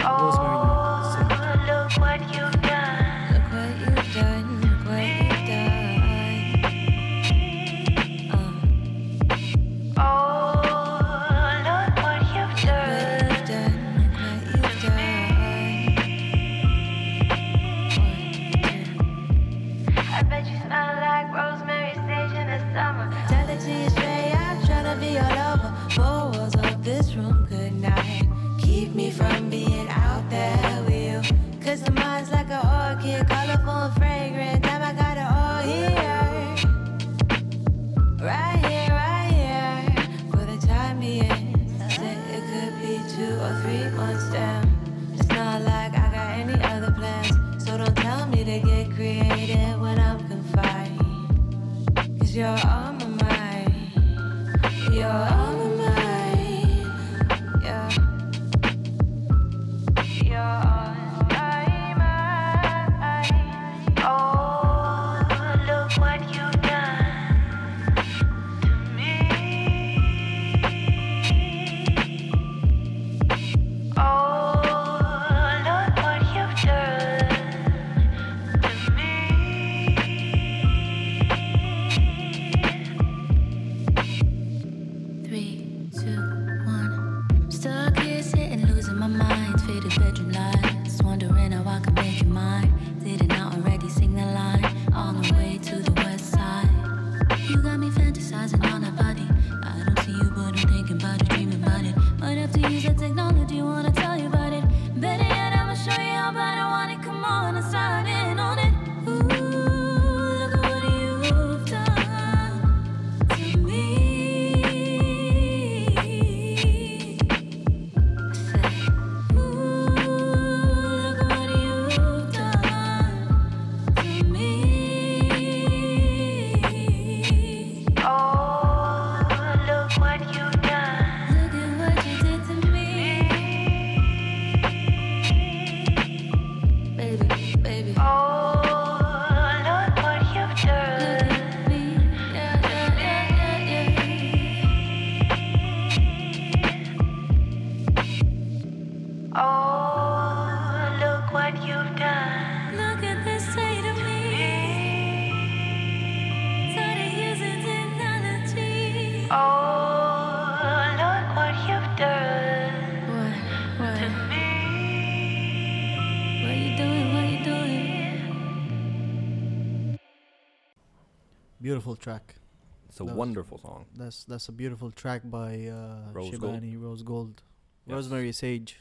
[SPEAKER 1] Rosemary. Sing.
[SPEAKER 6] Look what you've done.
[SPEAKER 7] Look what you've done, look what you've done.
[SPEAKER 6] Oh,
[SPEAKER 7] Um,
[SPEAKER 6] look what you've
[SPEAKER 7] what
[SPEAKER 6] done.
[SPEAKER 7] you've done, look what you've done. One, two.
[SPEAKER 6] I bet you smell like rosemary sage in the summer.
[SPEAKER 7] Tell it to you straight, I'm tryna be your lover. Four walls of this room, good night. Keep me from being out there with you. Cause the mind's like an orchid, colorful and fragrant. Damn, I got it all here. Right here, right here. For the time being, said it could be two or three months down. It's not like I got any other plans. So don't tell me to get creative when I'm confined. Cause you're all my mind. You're all my mind. Yeah.
[SPEAKER 6] You're on my mind. Oh, look what you've done to me. Oh,
[SPEAKER 1] beautiful track.
[SPEAKER 2] It's a
[SPEAKER 1] That was-
[SPEAKER 2] wonderful song.
[SPEAKER 1] That's that's a beautiful track by uh,
[SPEAKER 2] Rose Gold.
[SPEAKER 1] Shibani Rose Gold,
[SPEAKER 2] Yes.
[SPEAKER 1] Rosemary Sage.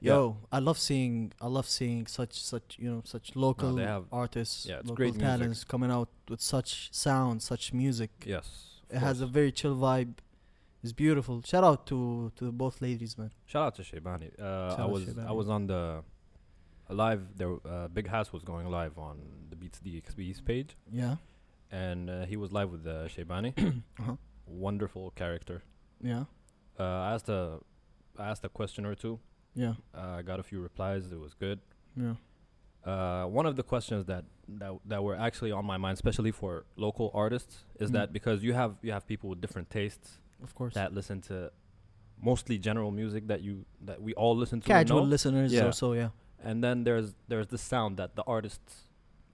[SPEAKER 2] Yeah.
[SPEAKER 1] Yo, I love seeing I love seeing such such you know such local
[SPEAKER 2] have-
[SPEAKER 1] artists,
[SPEAKER 2] yeah, it's
[SPEAKER 1] local
[SPEAKER 2] great music.
[SPEAKER 1] talents coming out with such sound, such music.
[SPEAKER 2] Yes. of
[SPEAKER 1] it has a
[SPEAKER 2] course.
[SPEAKER 1] very chill vibe. It's beautiful. Shout out to to both ladies, man.
[SPEAKER 2] Shout out to Shaybani. Uh,
[SPEAKER 1] Shout
[SPEAKER 2] I
[SPEAKER 1] out
[SPEAKER 2] was I
[SPEAKER 1] Shaybani.
[SPEAKER 2] was on the a live. There, uh, Big House was going live on the Beats DXB's page,
[SPEAKER 1] Yeah,
[SPEAKER 2] and uh, he was live with uh, Shaybani.
[SPEAKER 1] Uh-huh.
[SPEAKER 2] Wonderful character.
[SPEAKER 1] yeah,
[SPEAKER 2] Uh, I asked a I asked a question or two.
[SPEAKER 1] yeah,
[SPEAKER 2] Uh, I got a few replies. It was good.
[SPEAKER 1] yeah.
[SPEAKER 2] Uh, one of the questions that, that that were actually on my mind, especially for local artists, is
[SPEAKER 1] Mm.
[SPEAKER 2] that because you have you have people with different tastes
[SPEAKER 1] Of course,
[SPEAKER 2] that listen to mostly general music that you that we all listen to and
[SPEAKER 1] casual
[SPEAKER 2] know.
[SPEAKER 1] listeners
[SPEAKER 2] Yeah.
[SPEAKER 1] or so. Yeah,
[SPEAKER 2] and then there's there's the sound that the artists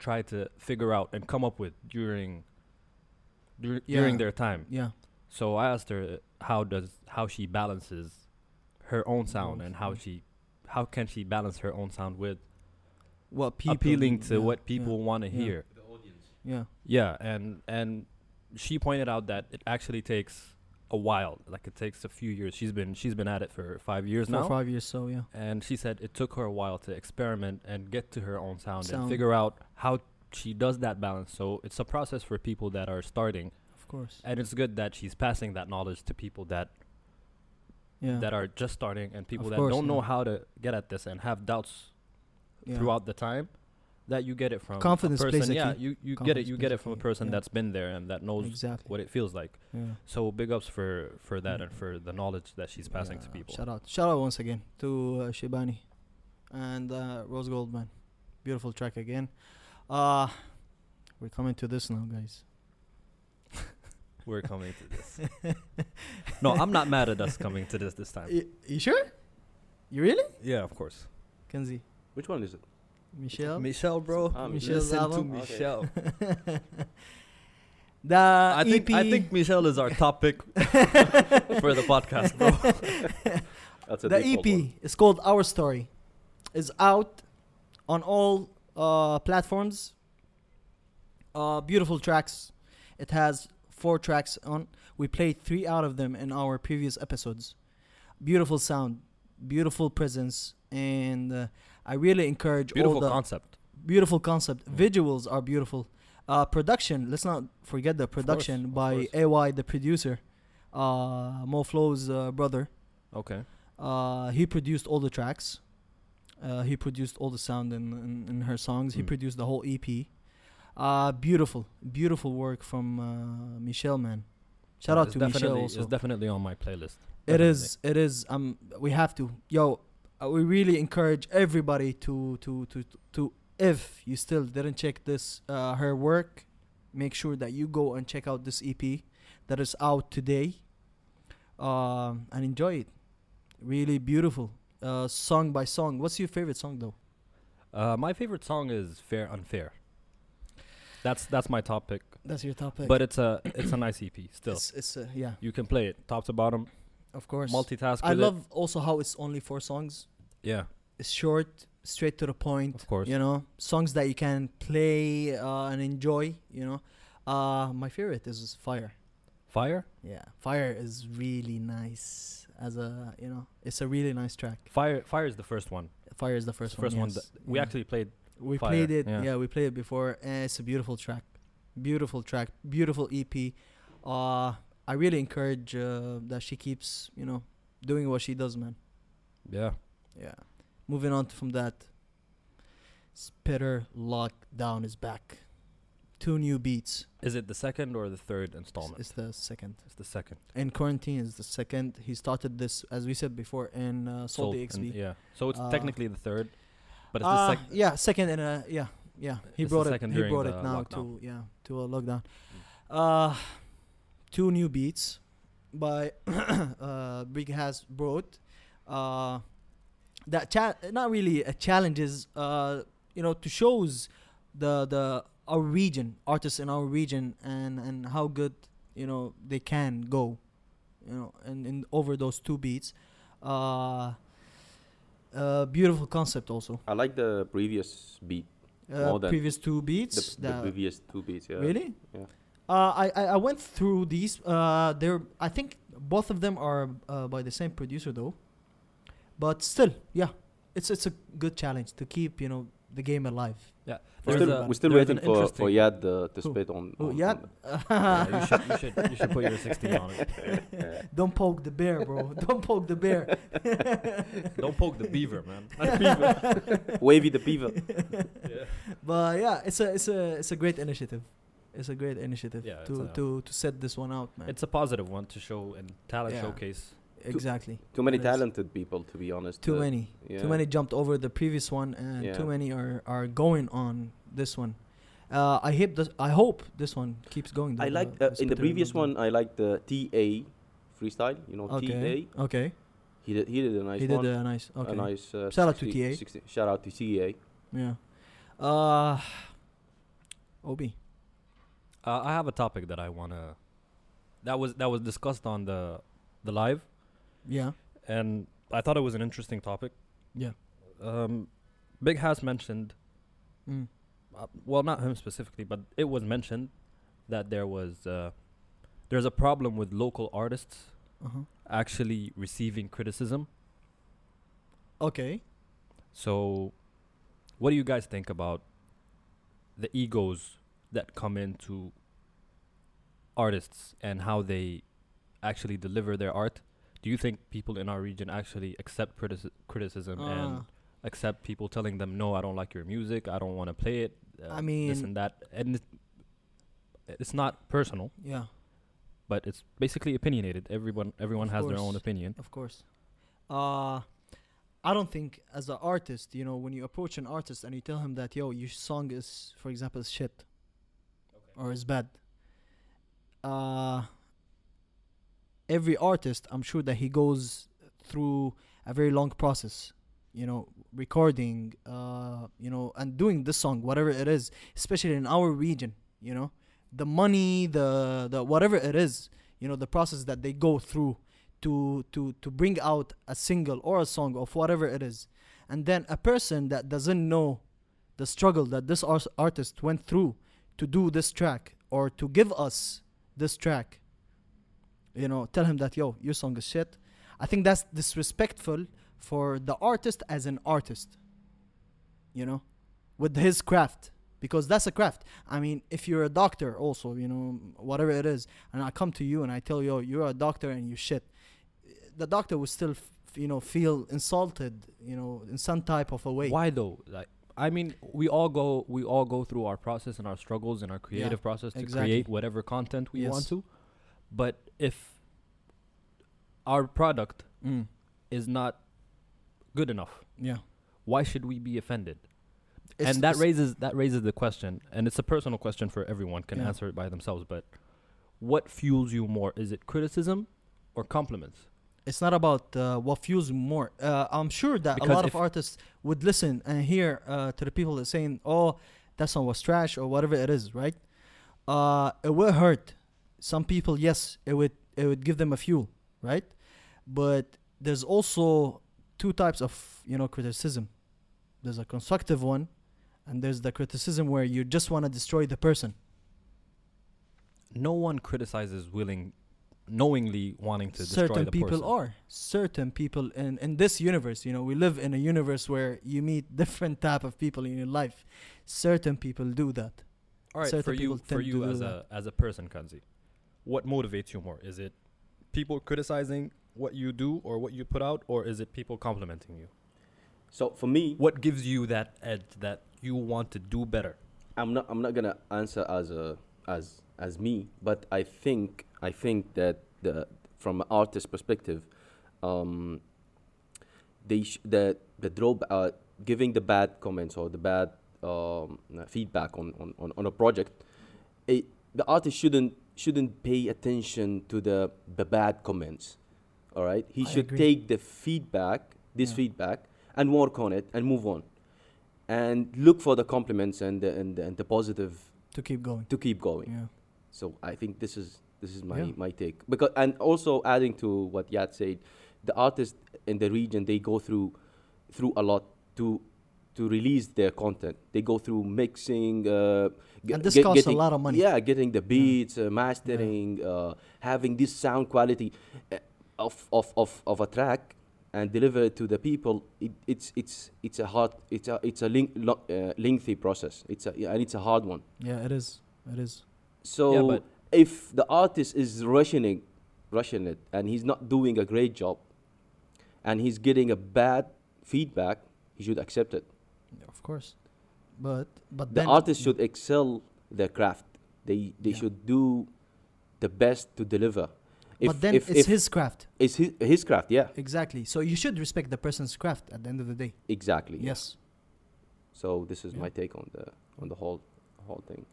[SPEAKER 2] try to figure out and come up with during dur- during
[SPEAKER 1] Yeah.
[SPEAKER 2] their time.
[SPEAKER 1] yeah.
[SPEAKER 2] So I asked her uh, how does how she balances her own sound and how
[SPEAKER 1] Mhm.
[SPEAKER 2] she how can she balance her own sound with
[SPEAKER 1] What people
[SPEAKER 2] appealing to
[SPEAKER 1] yeah,
[SPEAKER 2] what
[SPEAKER 1] yeah,
[SPEAKER 2] people want to
[SPEAKER 1] yeah.
[SPEAKER 2] hear.
[SPEAKER 1] Yeah,
[SPEAKER 2] Yeah, and and she pointed out that it actually takes a while. Like it takes a few years. She's been she's been at it for five years
[SPEAKER 1] four
[SPEAKER 2] now,
[SPEAKER 1] five years. So yeah,
[SPEAKER 2] and she said it took her a while to experiment and get to her own sound, and
[SPEAKER 1] Sound.
[SPEAKER 2] figure out how she does that balance. So it's a process for people that are starting,
[SPEAKER 1] of course.
[SPEAKER 2] and it's good that she's passing that knowledge to people that
[SPEAKER 1] Yeah,
[SPEAKER 2] that are just starting and people
[SPEAKER 1] Of
[SPEAKER 2] that
[SPEAKER 1] course,
[SPEAKER 2] don't know
[SPEAKER 1] yeah.
[SPEAKER 2] how to get at this and have doubts
[SPEAKER 1] yeah.
[SPEAKER 2] throughout the time. That you get it from a
[SPEAKER 1] Confidence plays
[SPEAKER 2] person.
[SPEAKER 1] a
[SPEAKER 2] Yeah,
[SPEAKER 1] key.
[SPEAKER 2] you, you get
[SPEAKER 1] Confidence
[SPEAKER 2] it. You
[SPEAKER 1] plays
[SPEAKER 2] get
[SPEAKER 1] a
[SPEAKER 2] it from a
[SPEAKER 1] key,
[SPEAKER 2] person
[SPEAKER 1] yeah.
[SPEAKER 2] that's been there and that knows
[SPEAKER 1] exactly.
[SPEAKER 2] what it feels like.
[SPEAKER 1] Yeah.
[SPEAKER 2] So big ups for for that
[SPEAKER 1] Mm.
[SPEAKER 2] and for the knowledge that she's passing to
[SPEAKER 1] Yeah,
[SPEAKER 2] people.
[SPEAKER 1] Shout out, shout out once again to uh, Shibani and uh, Rose Goldman. Beautiful track again. Uh we're coming to this now, guys.
[SPEAKER 2] We're coming to this. no, I'm not mad at us coming to this this time.
[SPEAKER 1] You, sure? You really?
[SPEAKER 2] Yeah, of course.
[SPEAKER 1] Kenzie,
[SPEAKER 3] Which one is it?
[SPEAKER 1] Michelle.
[SPEAKER 2] Michelle, bro,
[SPEAKER 3] Ah,
[SPEAKER 1] Michelle's album?
[SPEAKER 3] Okay.
[SPEAKER 1] the E
[SPEAKER 2] I think I
[SPEAKER 1] EP
[SPEAKER 2] think Michelle is our topic E for the podcast, bro.
[SPEAKER 3] That's a
[SPEAKER 1] the E
[SPEAKER 3] default
[SPEAKER 1] EP
[SPEAKER 3] one.
[SPEAKER 1] is called Our Story. Is out on all uh, platforms. Uh, beautiful tracks. It has four tracks on. We played three out of them in our previous episodes. Beautiful sound, beautiful presence, and uh, I really encourage all
[SPEAKER 2] Beautiful
[SPEAKER 1] the
[SPEAKER 2] concept.
[SPEAKER 1] beautiful concept. Visuals are beautiful. Uh, production. Let's not forget the production
[SPEAKER 2] of
[SPEAKER 1] by
[SPEAKER 2] course.
[SPEAKER 1] AY, the producer, uh, Mo Flow's uh, brother.
[SPEAKER 2] Okay.
[SPEAKER 1] Uh, he produced all the tracks. Uh, he produced all the sound in, in, in her songs. He
[SPEAKER 2] Mm.
[SPEAKER 1] produced the whole EP. Uh, beautiful, beautiful work from uh, Michelle, man. Shout out
[SPEAKER 2] It's
[SPEAKER 1] to Michelle
[SPEAKER 2] definitely-
[SPEAKER 1] also.
[SPEAKER 2] It's definitely on my playlist.
[SPEAKER 1] It is. It is. Um, we have to. Yo, uh, we really encourage everybody to to to to. If you still didn't check this uh, her work, make sure that you go and check out this EP that is out today. Um, and enjoy it. Really beautiful. Uh, song by song. What's your favorite song though?
[SPEAKER 2] Uh, my favorite song is "Fair Unfair." That's that's my topic,
[SPEAKER 1] That's your topic.
[SPEAKER 2] but it's a it's a nice EP still.
[SPEAKER 1] it's it's uh, yeah,
[SPEAKER 2] you can play it top to bottom,
[SPEAKER 1] of course.
[SPEAKER 2] multitask.
[SPEAKER 1] I
[SPEAKER 2] with it.
[SPEAKER 1] love also how it's only four songs.
[SPEAKER 2] Yeah,
[SPEAKER 1] It's short, straight to the point.
[SPEAKER 2] of course.
[SPEAKER 1] You know, songs that you can play uh, and enjoy. You know, uh, my favorite is Fire.
[SPEAKER 2] Fire.
[SPEAKER 1] Yeah, Fire is really nice. As a you know, it's a really nice track.
[SPEAKER 2] Fire, fire is the first one.
[SPEAKER 1] Fire is the first,
[SPEAKER 2] First, first one.
[SPEAKER 1] yes.
[SPEAKER 2] that we
[SPEAKER 1] Yeah.
[SPEAKER 2] actually played.
[SPEAKER 1] we
[SPEAKER 2] Fire,
[SPEAKER 1] played it.
[SPEAKER 2] yeah.
[SPEAKER 1] Yeah. we played it before. And it's a beautiful track, beautiful track, beautiful EP. Uh, I really encourage uh, that she keeps you know doing what she does, man.
[SPEAKER 2] Yeah.
[SPEAKER 1] Yeah. Moving on from that, Spitter Lockdown is back. Two new beats.
[SPEAKER 2] Is it the second or the third
[SPEAKER 1] It's,
[SPEAKER 2] installment?
[SPEAKER 1] it's the second.
[SPEAKER 2] It's the second.
[SPEAKER 1] And Quarantine is the second. He started this, as we said before, in uh, Salt
[SPEAKER 2] Sold and-
[SPEAKER 1] XB.
[SPEAKER 2] yeah. So it's
[SPEAKER 1] Uh,
[SPEAKER 2] technically the third, but it's
[SPEAKER 1] Uh,
[SPEAKER 2] the second.
[SPEAKER 1] yeah, second and uh, yeah, yeah. He
[SPEAKER 2] It's the
[SPEAKER 1] brought it.
[SPEAKER 2] second
[SPEAKER 1] He
[SPEAKER 2] during
[SPEAKER 1] brought
[SPEAKER 2] the
[SPEAKER 1] it now
[SPEAKER 2] lockdown. Mm.
[SPEAKER 1] to yeah to a lockdown. Uh, two new beats by uh, Big Has brought. Uh, that cha- not really a challenges. Uh, you know, to shows the the our region artists in our region and and how good you know they can go, you know, and, and over those two beats. Uh, uh, beautiful concept also.
[SPEAKER 3] I like the previous beat.
[SPEAKER 1] Uh,
[SPEAKER 3] More than
[SPEAKER 1] previous two beats.
[SPEAKER 3] The, the
[SPEAKER 1] that-
[SPEAKER 3] previous two beats, yeah.
[SPEAKER 1] Really?
[SPEAKER 3] Yeah.
[SPEAKER 1] Uh, I, I I went through these. Uh, they're I think both of them are uh, by the same producer though. But still, yeah, it's it's a good challenge to keep you know the game alive.
[SPEAKER 2] Yeah.
[SPEAKER 3] We're
[SPEAKER 1] There's
[SPEAKER 3] still,
[SPEAKER 1] a-
[SPEAKER 3] we're still
[SPEAKER 2] there's
[SPEAKER 3] waiting
[SPEAKER 2] an
[SPEAKER 3] for, for
[SPEAKER 2] interesting-
[SPEAKER 3] Yad uh, to
[SPEAKER 1] Who?
[SPEAKER 3] spit on.
[SPEAKER 1] Oh
[SPEAKER 3] on-
[SPEAKER 1] yeah,
[SPEAKER 3] on-
[SPEAKER 2] yeah, you should you should you should put your 16 on it.
[SPEAKER 1] don't poke the bear, bro. don't poke the bear.
[SPEAKER 2] Don't poke the beaver, man.
[SPEAKER 3] Wavy the Beaver.
[SPEAKER 1] But yeah, it's a it's a it's a great initiative. It's a great initiative
[SPEAKER 2] Yeah, it's
[SPEAKER 1] to
[SPEAKER 3] uh,
[SPEAKER 2] a-
[SPEAKER 1] to to set this one out, man.
[SPEAKER 2] It's a positive one to show and talent
[SPEAKER 1] Yeah.
[SPEAKER 2] showcase.
[SPEAKER 1] exactly.
[SPEAKER 3] Too many
[SPEAKER 1] It is.
[SPEAKER 3] talented people, to be honest.
[SPEAKER 1] Too
[SPEAKER 3] uh,
[SPEAKER 1] many.
[SPEAKER 3] yeah.
[SPEAKER 1] Too many jumped over the previous one, and
[SPEAKER 3] Yeah.
[SPEAKER 1] too many are, are going on this one. Uh, I hope this, I hope this one keeps going.
[SPEAKER 3] I like uh, in the previous one. I liked the TA freestyle. You know,
[SPEAKER 1] Okay.
[SPEAKER 3] TA.
[SPEAKER 1] Okay.
[SPEAKER 3] He did. He did a nice
[SPEAKER 1] he
[SPEAKER 3] one.
[SPEAKER 1] did a nice. Okay.
[SPEAKER 3] A nice. Uh,
[SPEAKER 1] Shout out to
[SPEAKER 3] 60
[SPEAKER 1] TA.
[SPEAKER 3] 60 shout out to TA.
[SPEAKER 1] Yeah. Uh, Obi.
[SPEAKER 2] Uh, I have a topic that I wanna. That was that was discussed on the the live,
[SPEAKER 1] Yeah.
[SPEAKER 2] and I thought it was an interesting topic.
[SPEAKER 1] Yeah.
[SPEAKER 2] Um, Big House mentioned,
[SPEAKER 1] Mm.
[SPEAKER 2] uh, well, not him specifically, but it was mentioned that there was uh, there's a problem with local artists
[SPEAKER 1] Uh-huh.
[SPEAKER 2] actually receiving criticism.
[SPEAKER 1] Okay.
[SPEAKER 2] So, what do you guys think about the egos that come into artists and how they actually deliver their art? Do you think people in our region actually accept critici- criticism and
[SPEAKER 1] Uh,
[SPEAKER 2] accept people telling them, "No, I don't like your music. I don't want to play it." Uh, this
[SPEAKER 1] mean-
[SPEAKER 2] and that, and it, it's not personal,
[SPEAKER 1] yeah.
[SPEAKER 2] but it's basically opinionated. Everyone, everyone
[SPEAKER 1] Of
[SPEAKER 2] has their own
[SPEAKER 1] course.
[SPEAKER 2] opinion.
[SPEAKER 1] Of course. Uh, I don't think as an artist, you know, when you approach an artist and you tell him that, yo, your song is, for example, is shit, or is bad. Uh, every artist, I'm sure that he goes through a very long process, you know, recording, uh, you know, and doing this song, whatever it is, especially in our region, you know, the money, the the whatever it is, you know, the process that they go through to to to bring out a single or a song of whatever it is and then a person that doesn't know the struggle that this ar- artist went through to do this track or to give us this track you know tell him that yo your song is shit i think that's disrespectful for the artist as an artist you know with his craft because that's a craft i mean if you're a doctor also you know whatever it is and i come to you and i tell you "Yo, you're a doctor and you shit the doctor will still f- you know feel insulted you know in some type of a way
[SPEAKER 2] Why though? Like, I mean, we all go we all go through our process and our struggles and our creative process to
[SPEAKER 1] exactly.
[SPEAKER 2] create whatever content we want
[SPEAKER 1] Yes.
[SPEAKER 2] to. But if our product
[SPEAKER 1] Mm,
[SPEAKER 2] is not good enough,
[SPEAKER 1] yeah
[SPEAKER 2] why should we be offended?
[SPEAKER 1] It's-
[SPEAKER 2] and that
[SPEAKER 1] it's-
[SPEAKER 2] raises that raises the question, and it's a personal question for everyone can
[SPEAKER 1] Yeah.
[SPEAKER 2] answer it by themselves. But what fuels you more? Is it criticism or compliments?
[SPEAKER 1] it's not about uh, what fuels me more. Uh, I'm sure that a
[SPEAKER 2] Because
[SPEAKER 1] lot of
[SPEAKER 2] if-
[SPEAKER 1] artists would listen and hear uh, to the people that saying, "Oh, that song was trash" or whatever it is, right? Uh, it will hurt some people. Yes, it would it would give them a fuel, right? But there's also two types of you know criticism. There's a constructive one, and there's the criticism where you just want to destroy the person.
[SPEAKER 2] No one criticizes willing, knowingly wanting to destroy
[SPEAKER 1] certain
[SPEAKER 2] the
[SPEAKER 1] people
[SPEAKER 2] person.
[SPEAKER 1] are certain people in in this universe you know we live in a universe where you meet different type of people in your life certain people do that
[SPEAKER 2] All right,
[SPEAKER 1] certain
[SPEAKER 2] for you,
[SPEAKER 1] people
[SPEAKER 2] for
[SPEAKER 1] tend to
[SPEAKER 2] you
[SPEAKER 1] do
[SPEAKER 2] as
[SPEAKER 1] that.
[SPEAKER 2] a as a person, Kanzi, what motivates you more? Is it people criticizing what you do or what you put out, or is it people complimenting you?
[SPEAKER 3] So for me,
[SPEAKER 2] What gives you that edge that you want to do better?
[SPEAKER 3] I'm not I'm not gonna answer as a as as me, but I think I think that the from an artist perspective, um, they sh- the the draw uh, giving the bad comments or the bad um, uh, feedback on, on, on, on a project, it, the artist shouldn't shouldn't pay attention to the the bad comments. All right, he
[SPEAKER 1] I
[SPEAKER 3] should
[SPEAKER 1] agree.
[SPEAKER 3] take the feedback, this feedback, and work on it and move on and look for the compliments and the, and the, and the positive
[SPEAKER 1] to keep going
[SPEAKER 3] to keep going.
[SPEAKER 1] yeah
[SPEAKER 3] So I think this is this is my,
[SPEAKER 1] Yeah.
[SPEAKER 3] my take because and also adding to what Yad said, the artists in the region they go through through a lot to to release their content. They go through mixing. Uh, g-
[SPEAKER 1] And this
[SPEAKER 3] get-
[SPEAKER 1] costs a lot of money.
[SPEAKER 3] Yeah, getting the beats, uh, mastering, uh, having this sound quality uh, of, of, of, of a track and deliver it to the people. It, it's it's it's a hard it's a it's a link, lo- uh, lengthy process. It's a yeah, and it's a hard one.
[SPEAKER 1] Yeah, it is. It is.
[SPEAKER 3] So
[SPEAKER 2] but-
[SPEAKER 3] if the artist is rushing it, rushing it, and he's not doing a great job, and he's getting a bad feedback, he should accept it.
[SPEAKER 1] Of course. But but
[SPEAKER 3] The
[SPEAKER 1] then
[SPEAKER 3] artist should excel their craft. They they
[SPEAKER 1] Yeah.
[SPEAKER 3] should do the best to deliver.
[SPEAKER 1] but then it's his craft.
[SPEAKER 3] it's his his craft. Yeah,
[SPEAKER 1] Exactly. So you should respect the person's craft at the end of the day.
[SPEAKER 3] exactly. yeah.
[SPEAKER 1] Yes.
[SPEAKER 3] So this is
[SPEAKER 1] Yeah.
[SPEAKER 3] my take on the on the whole whole thing.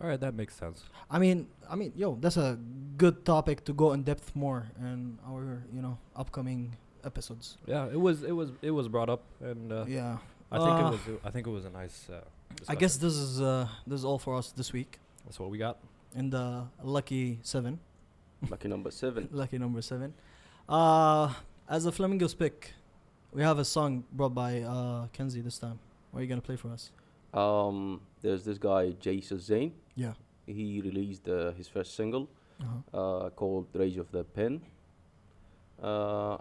[SPEAKER 2] All right, that makes sense.
[SPEAKER 1] I mean, I mean, yo, that's a good topic to go in depth more in our, you know, upcoming episodes.
[SPEAKER 2] Yeah, it was it was it was brought up, and uh,
[SPEAKER 1] Yeah.
[SPEAKER 2] I think
[SPEAKER 1] Uh,
[SPEAKER 2] it was I think it was a nice. Uh,
[SPEAKER 1] I
[SPEAKER 2] discussion.
[SPEAKER 1] guess this is uh this is all for us this week
[SPEAKER 2] that's what we got.
[SPEAKER 1] in the lucky 7,
[SPEAKER 3] Lucky number seven.
[SPEAKER 1] lucky number 7. Uh as a Flamingos pick, we have a song brought by uh Kenzie this time. What are you going to play for us?
[SPEAKER 3] Um, there's this guy Jason Zane.
[SPEAKER 1] Yeah.
[SPEAKER 3] He released uh, his first single.
[SPEAKER 1] Uh-huh.
[SPEAKER 3] uh, called Rage of the Pen. Uh,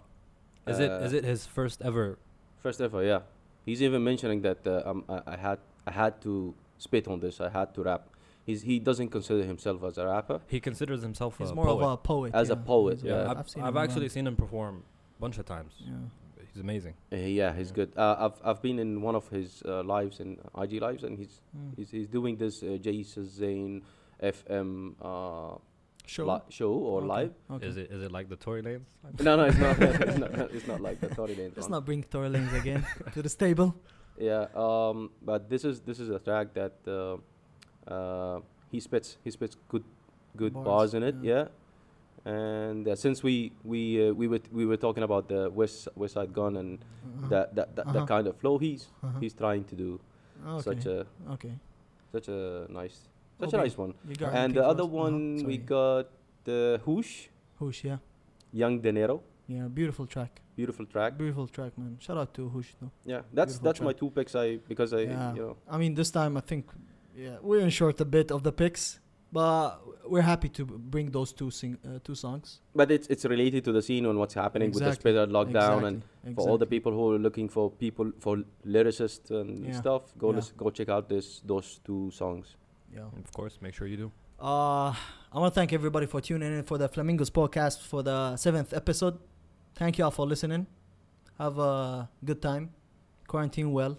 [SPEAKER 2] Is it is
[SPEAKER 3] uh,
[SPEAKER 2] it his first ever?
[SPEAKER 3] first ever? Yeah, he's even mentioning that uh, um, I, I had I had to spit on this. I had to rap. He's, he doesn't consider himself as a rapper.
[SPEAKER 2] He considers himself
[SPEAKER 1] He's
[SPEAKER 2] a
[SPEAKER 1] more
[SPEAKER 2] poet.
[SPEAKER 1] of a poet.
[SPEAKER 3] As a
[SPEAKER 1] yeah.
[SPEAKER 3] poet,
[SPEAKER 1] He's
[SPEAKER 2] yeah,
[SPEAKER 3] Yeah.
[SPEAKER 2] I've, I've,
[SPEAKER 1] him around.
[SPEAKER 2] actually seen him uh, perform a bunch of times.
[SPEAKER 1] Yeah.
[SPEAKER 2] He's amazing.
[SPEAKER 3] Uh, yeah, he's good. Uh, I've I've been in one of his uh, lives and IG lives, and he's
[SPEAKER 1] Mm.
[SPEAKER 3] he's, he's doing this uh, Jason Zane FM uh,
[SPEAKER 1] Show.
[SPEAKER 3] li- show or
[SPEAKER 1] Okay,
[SPEAKER 3] live.
[SPEAKER 1] Okay.
[SPEAKER 2] Is it is it like the Tory Lanez?
[SPEAKER 3] No, no, it's not. it's not. It's not like the Tory Lanez
[SPEAKER 1] Let's
[SPEAKER 3] one.
[SPEAKER 1] not bring Tory Lanez again to the stable.
[SPEAKER 3] Yeah, um, but this is this is a track that uh, uh, he spits he spits good good
[SPEAKER 1] Bars,
[SPEAKER 3] bars, in it.
[SPEAKER 1] yeah.
[SPEAKER 3] Yeah, and uh, since we we uh, we were we were talking about the West West Side Gun and
[SPEAKER 1] Uh-huh.
[SPEAKER 3] that that that,
[SPEAKER 1] Uh-huh.
[SPEAKER 3] that kind of flow, he's
[SPEAKER 1] Uh-huh.
[SPEAKER 3] he's trying to do
[SPEAKER 1] okay.
[SPEAKER 3] such a
[SPEAKER 1] okay.
[SPEAKER 3] such a nice such
[SPEAKER 1] Okay.
[SPEAKER 3] a nice one.
[SPEAKER 1] You got
[SPEAKER 3] and
[SPEAKER 1] anything
[SPEAKER 3] the
[SPEAKER 1] for
[SPEAKER 3] other
[SPEAKER 1] us? Uh-huh,
[SPEAKER 3] one we
[SPEAKER 1] sorry.
[SPEAKER 3] got the Hoosh
[SPEAKER 1] Hoosh, yeah.
[SPEAKER 3] Young Dinero,
[SPEAKER 1] Yeah, beautiful track.
[SPEAKER 3] beautiful track.
[SPEAKER 1] Beautiful track, man. Shout out to Hoosh though.
[SPEAKER 3] Yeah, that's
[SPEAKER 1] Beautiful
[SPEAKER 3] that's my
[SPEAKER 1] track.
[SPEAKER 3] two picks. I because I
[SPEAKER 1] Yeah.
[SPEAKER 3] you know
[SPEAKER 1] I mean, this time I think yeah, we're in short a bit of the picks, but we're happy to b- bring those two sing uh, two songs.
[SPEAKER 3] but it's it's related to the scene and what's happening with the
[SPEAKER 1] Exactly,
[SPEAKER 3] spitter lockdown and
[SPEAKER 1] Exactly,
[SPEAKER 3] for all the
[SPEAKER 1] exactly.
[SPEAKER 3] people who are looking for people for lyricists and
[SPEAKER 1] Yeah.
[SPEAKER 3] stuff go
[SPEAKER 1] Yeah.
[SPEAKER 3] lis- go check out this those two songs
[SPEAKER 1] Yeah.
[SPEAKER 2] Of course, make sure you do.
[SPEAKER 1] Uh, I want to thank everybody for tuning in for the Flamingos podcast for the seventh episode. Thank you all for listening. Have a good time. Quarantine well.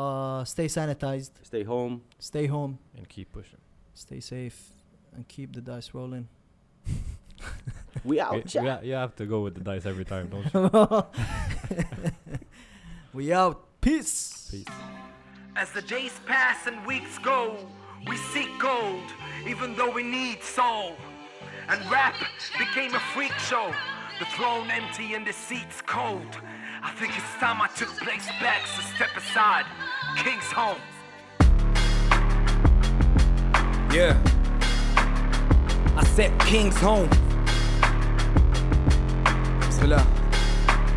[SPEAKER 1] Uh, stay sanitized.
[SPEAKER 3] stay home
[SPEAKER 1] Stay home.
[SPEAKER 2] And keep pushing.
[SPEAKER 1] Stay safe. And keep the dice rolling.
[SPEAKER 3] we
[SPEAKER 2] You-
[SPEAKER 3] out
[SPEAKER 2] you, ha- you have to go with the dice every time, don't you?
[SPEAKER 1] we out. Peace.
[SPEAKER 2] Peace.
[SPEAKER 8] As the days pass and weeks go, we seek gold, even though we need soul. And rap became a freak show. The throne empty and the seats cold. I think it's time I took place back, so step aside. King's home.
[SPEAKER 9] Yeah. I set King's home. Bismillah.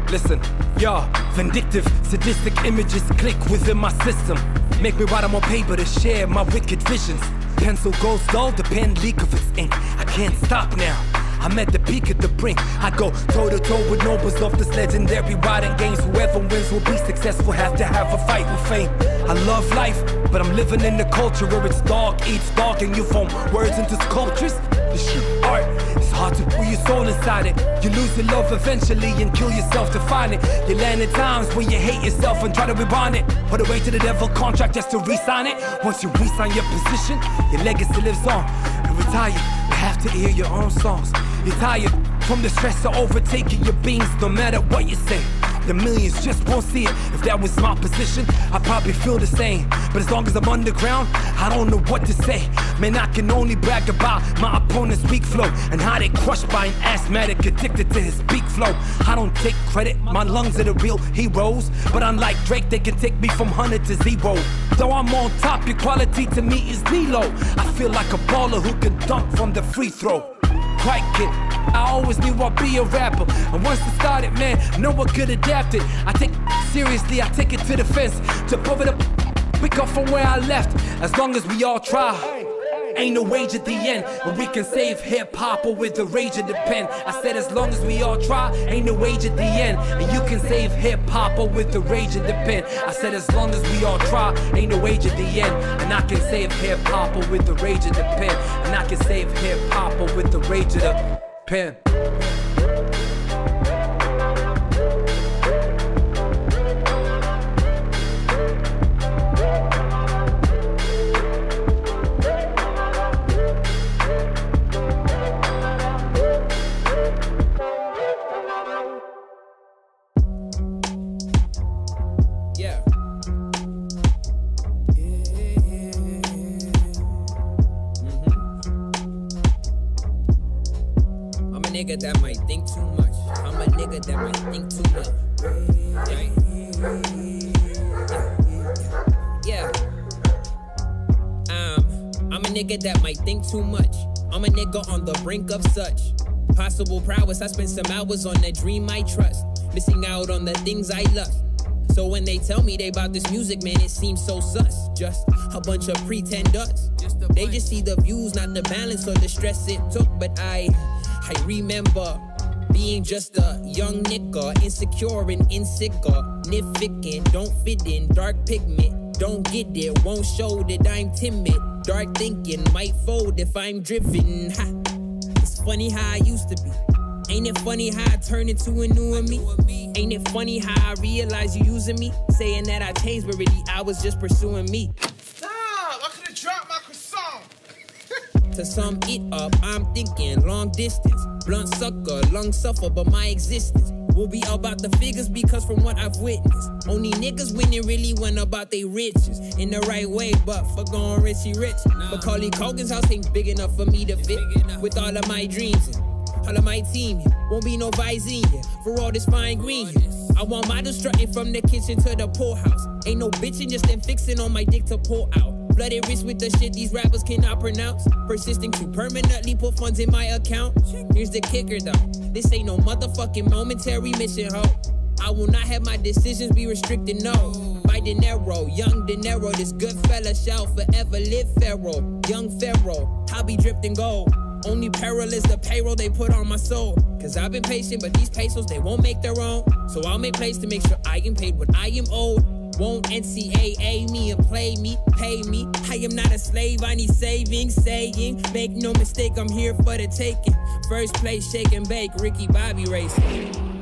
[SPEAKER 9] Listen, y'all, vindictive, sadistic images click within my system. Make me write 'em on paper to share my wicked visions. Pencil goes dull, the pen leak of its ink. I can't stop now. I'm at the peak of the brink. I go toe to toe with nobles of this legendary riding games. Whoever wins will be successful, have to have a fight with fate. I love life, but I'm living in the culture where it's dog eats dog and you form words into sculptures. This shit art. It's hard to put your soul inside it. You lose your love eventually and kill yourself to find it. You land at times where you hate yourself and try to rewind it. Put away to the devil contract just to re-sign it. Once you re-sign your position, your legacy lives on. You retire, you have to hear your own songs. You're tired from the stress of overtaking your beings, no matter what you say. The millions just won't see it. If that was my position, I'd probably feel the same. But as long as I'm underground, I don't know what to say. Man, I can only brag about my opponent's weak flow and how they crushed by an asthmatic addicted to his beak flow. I don't take credit, my lungs are the real heroes. But unlike Drake, they can take me from 100 to zero. Though I'm on top, equality to me is Nilo. I feel like a baller who can dunk from the free throw. Quite kid.
[SPEAKER 10] I always knew I'd be a rapper. And once it started, man, no one could adapt it. I take seriously, I take it to the fence. To cover the pick up from where I left. As long as we all try. Ain't no wage at the end, and we can save hip hop or with the rage of the pen. I said, as long as we all try, ain't no wage at the end, and you can save hip hop or with the rage of the pen. I said, as long as we all try, ain't no wage at the end, and I can save hip hop or with the rage of the pen, and I can save hip hop or with the rage of the pen.
[SPEAKER 9] Yeah. I'm a nigga that might think too much. I'm a nigga that might think too much. Right? Yeah. Um, I'm a nigga that might think too much. I'm a nigga on the brink of such. Possible prowess, I spend some hours on a dream I trust. Missing out on the things I love. So when they tell me they about this music, man, it seems so sus. Just a bunch of pretenders. They just see the views, not the balance or the stress it took. But I, I remember being just a young nigga, insecure and insecure, nitpicking, don't fit in, dark pigment, don't get there, won't show that I'm timid, dark thinking, might fold if I'm driven. Ha. It's funny how I used to be. Ain't it funny how I turned into a new me? Ain't it funny how I realized you using me? Saying that I changed, but really I was just pursuing me.
[SPEAKER 11] I could have dropped my croissant.
[SPEAKER 9] To sum it up, I'm thinking long distance. Blunt sucker, lung suffer, but my existence will be about the figures because from what I've witnessed, only niggas winning really went about they riches in the right way. But fuck on Richie Rich, Macaulay Culkin's house ain't big enough for me to fit with all of my dreams. And all of my team here. Won't be no visine here for all this fine green here. I want my strutting from the kitchen to the poorhouse. Ain't no bitching, just them fixing on my dick to pull out. Blooded rich with the shit these rappers cannot pronounce. Persisting to permanently put funds in my account. Here's the kicker though. This ain't no motherfucking momentary mission, ho. I will not have my decisions be restricted, no. By De Niro, young De Niro, this good fella shall forever live pharaoh. Young pharaoh, I be dripping gold. Only peril is the payroll they put on my soul. Cause I've been patient, but these pesos they won't make their own. So I'll make plays to make sure I am paid what I am owed. Won't NCAA me and play me, pay me. I am not a slave, I need saving, saying. Make no mistake, I'm here for the taking. First place, shake and bake, Ricky Bobby racing.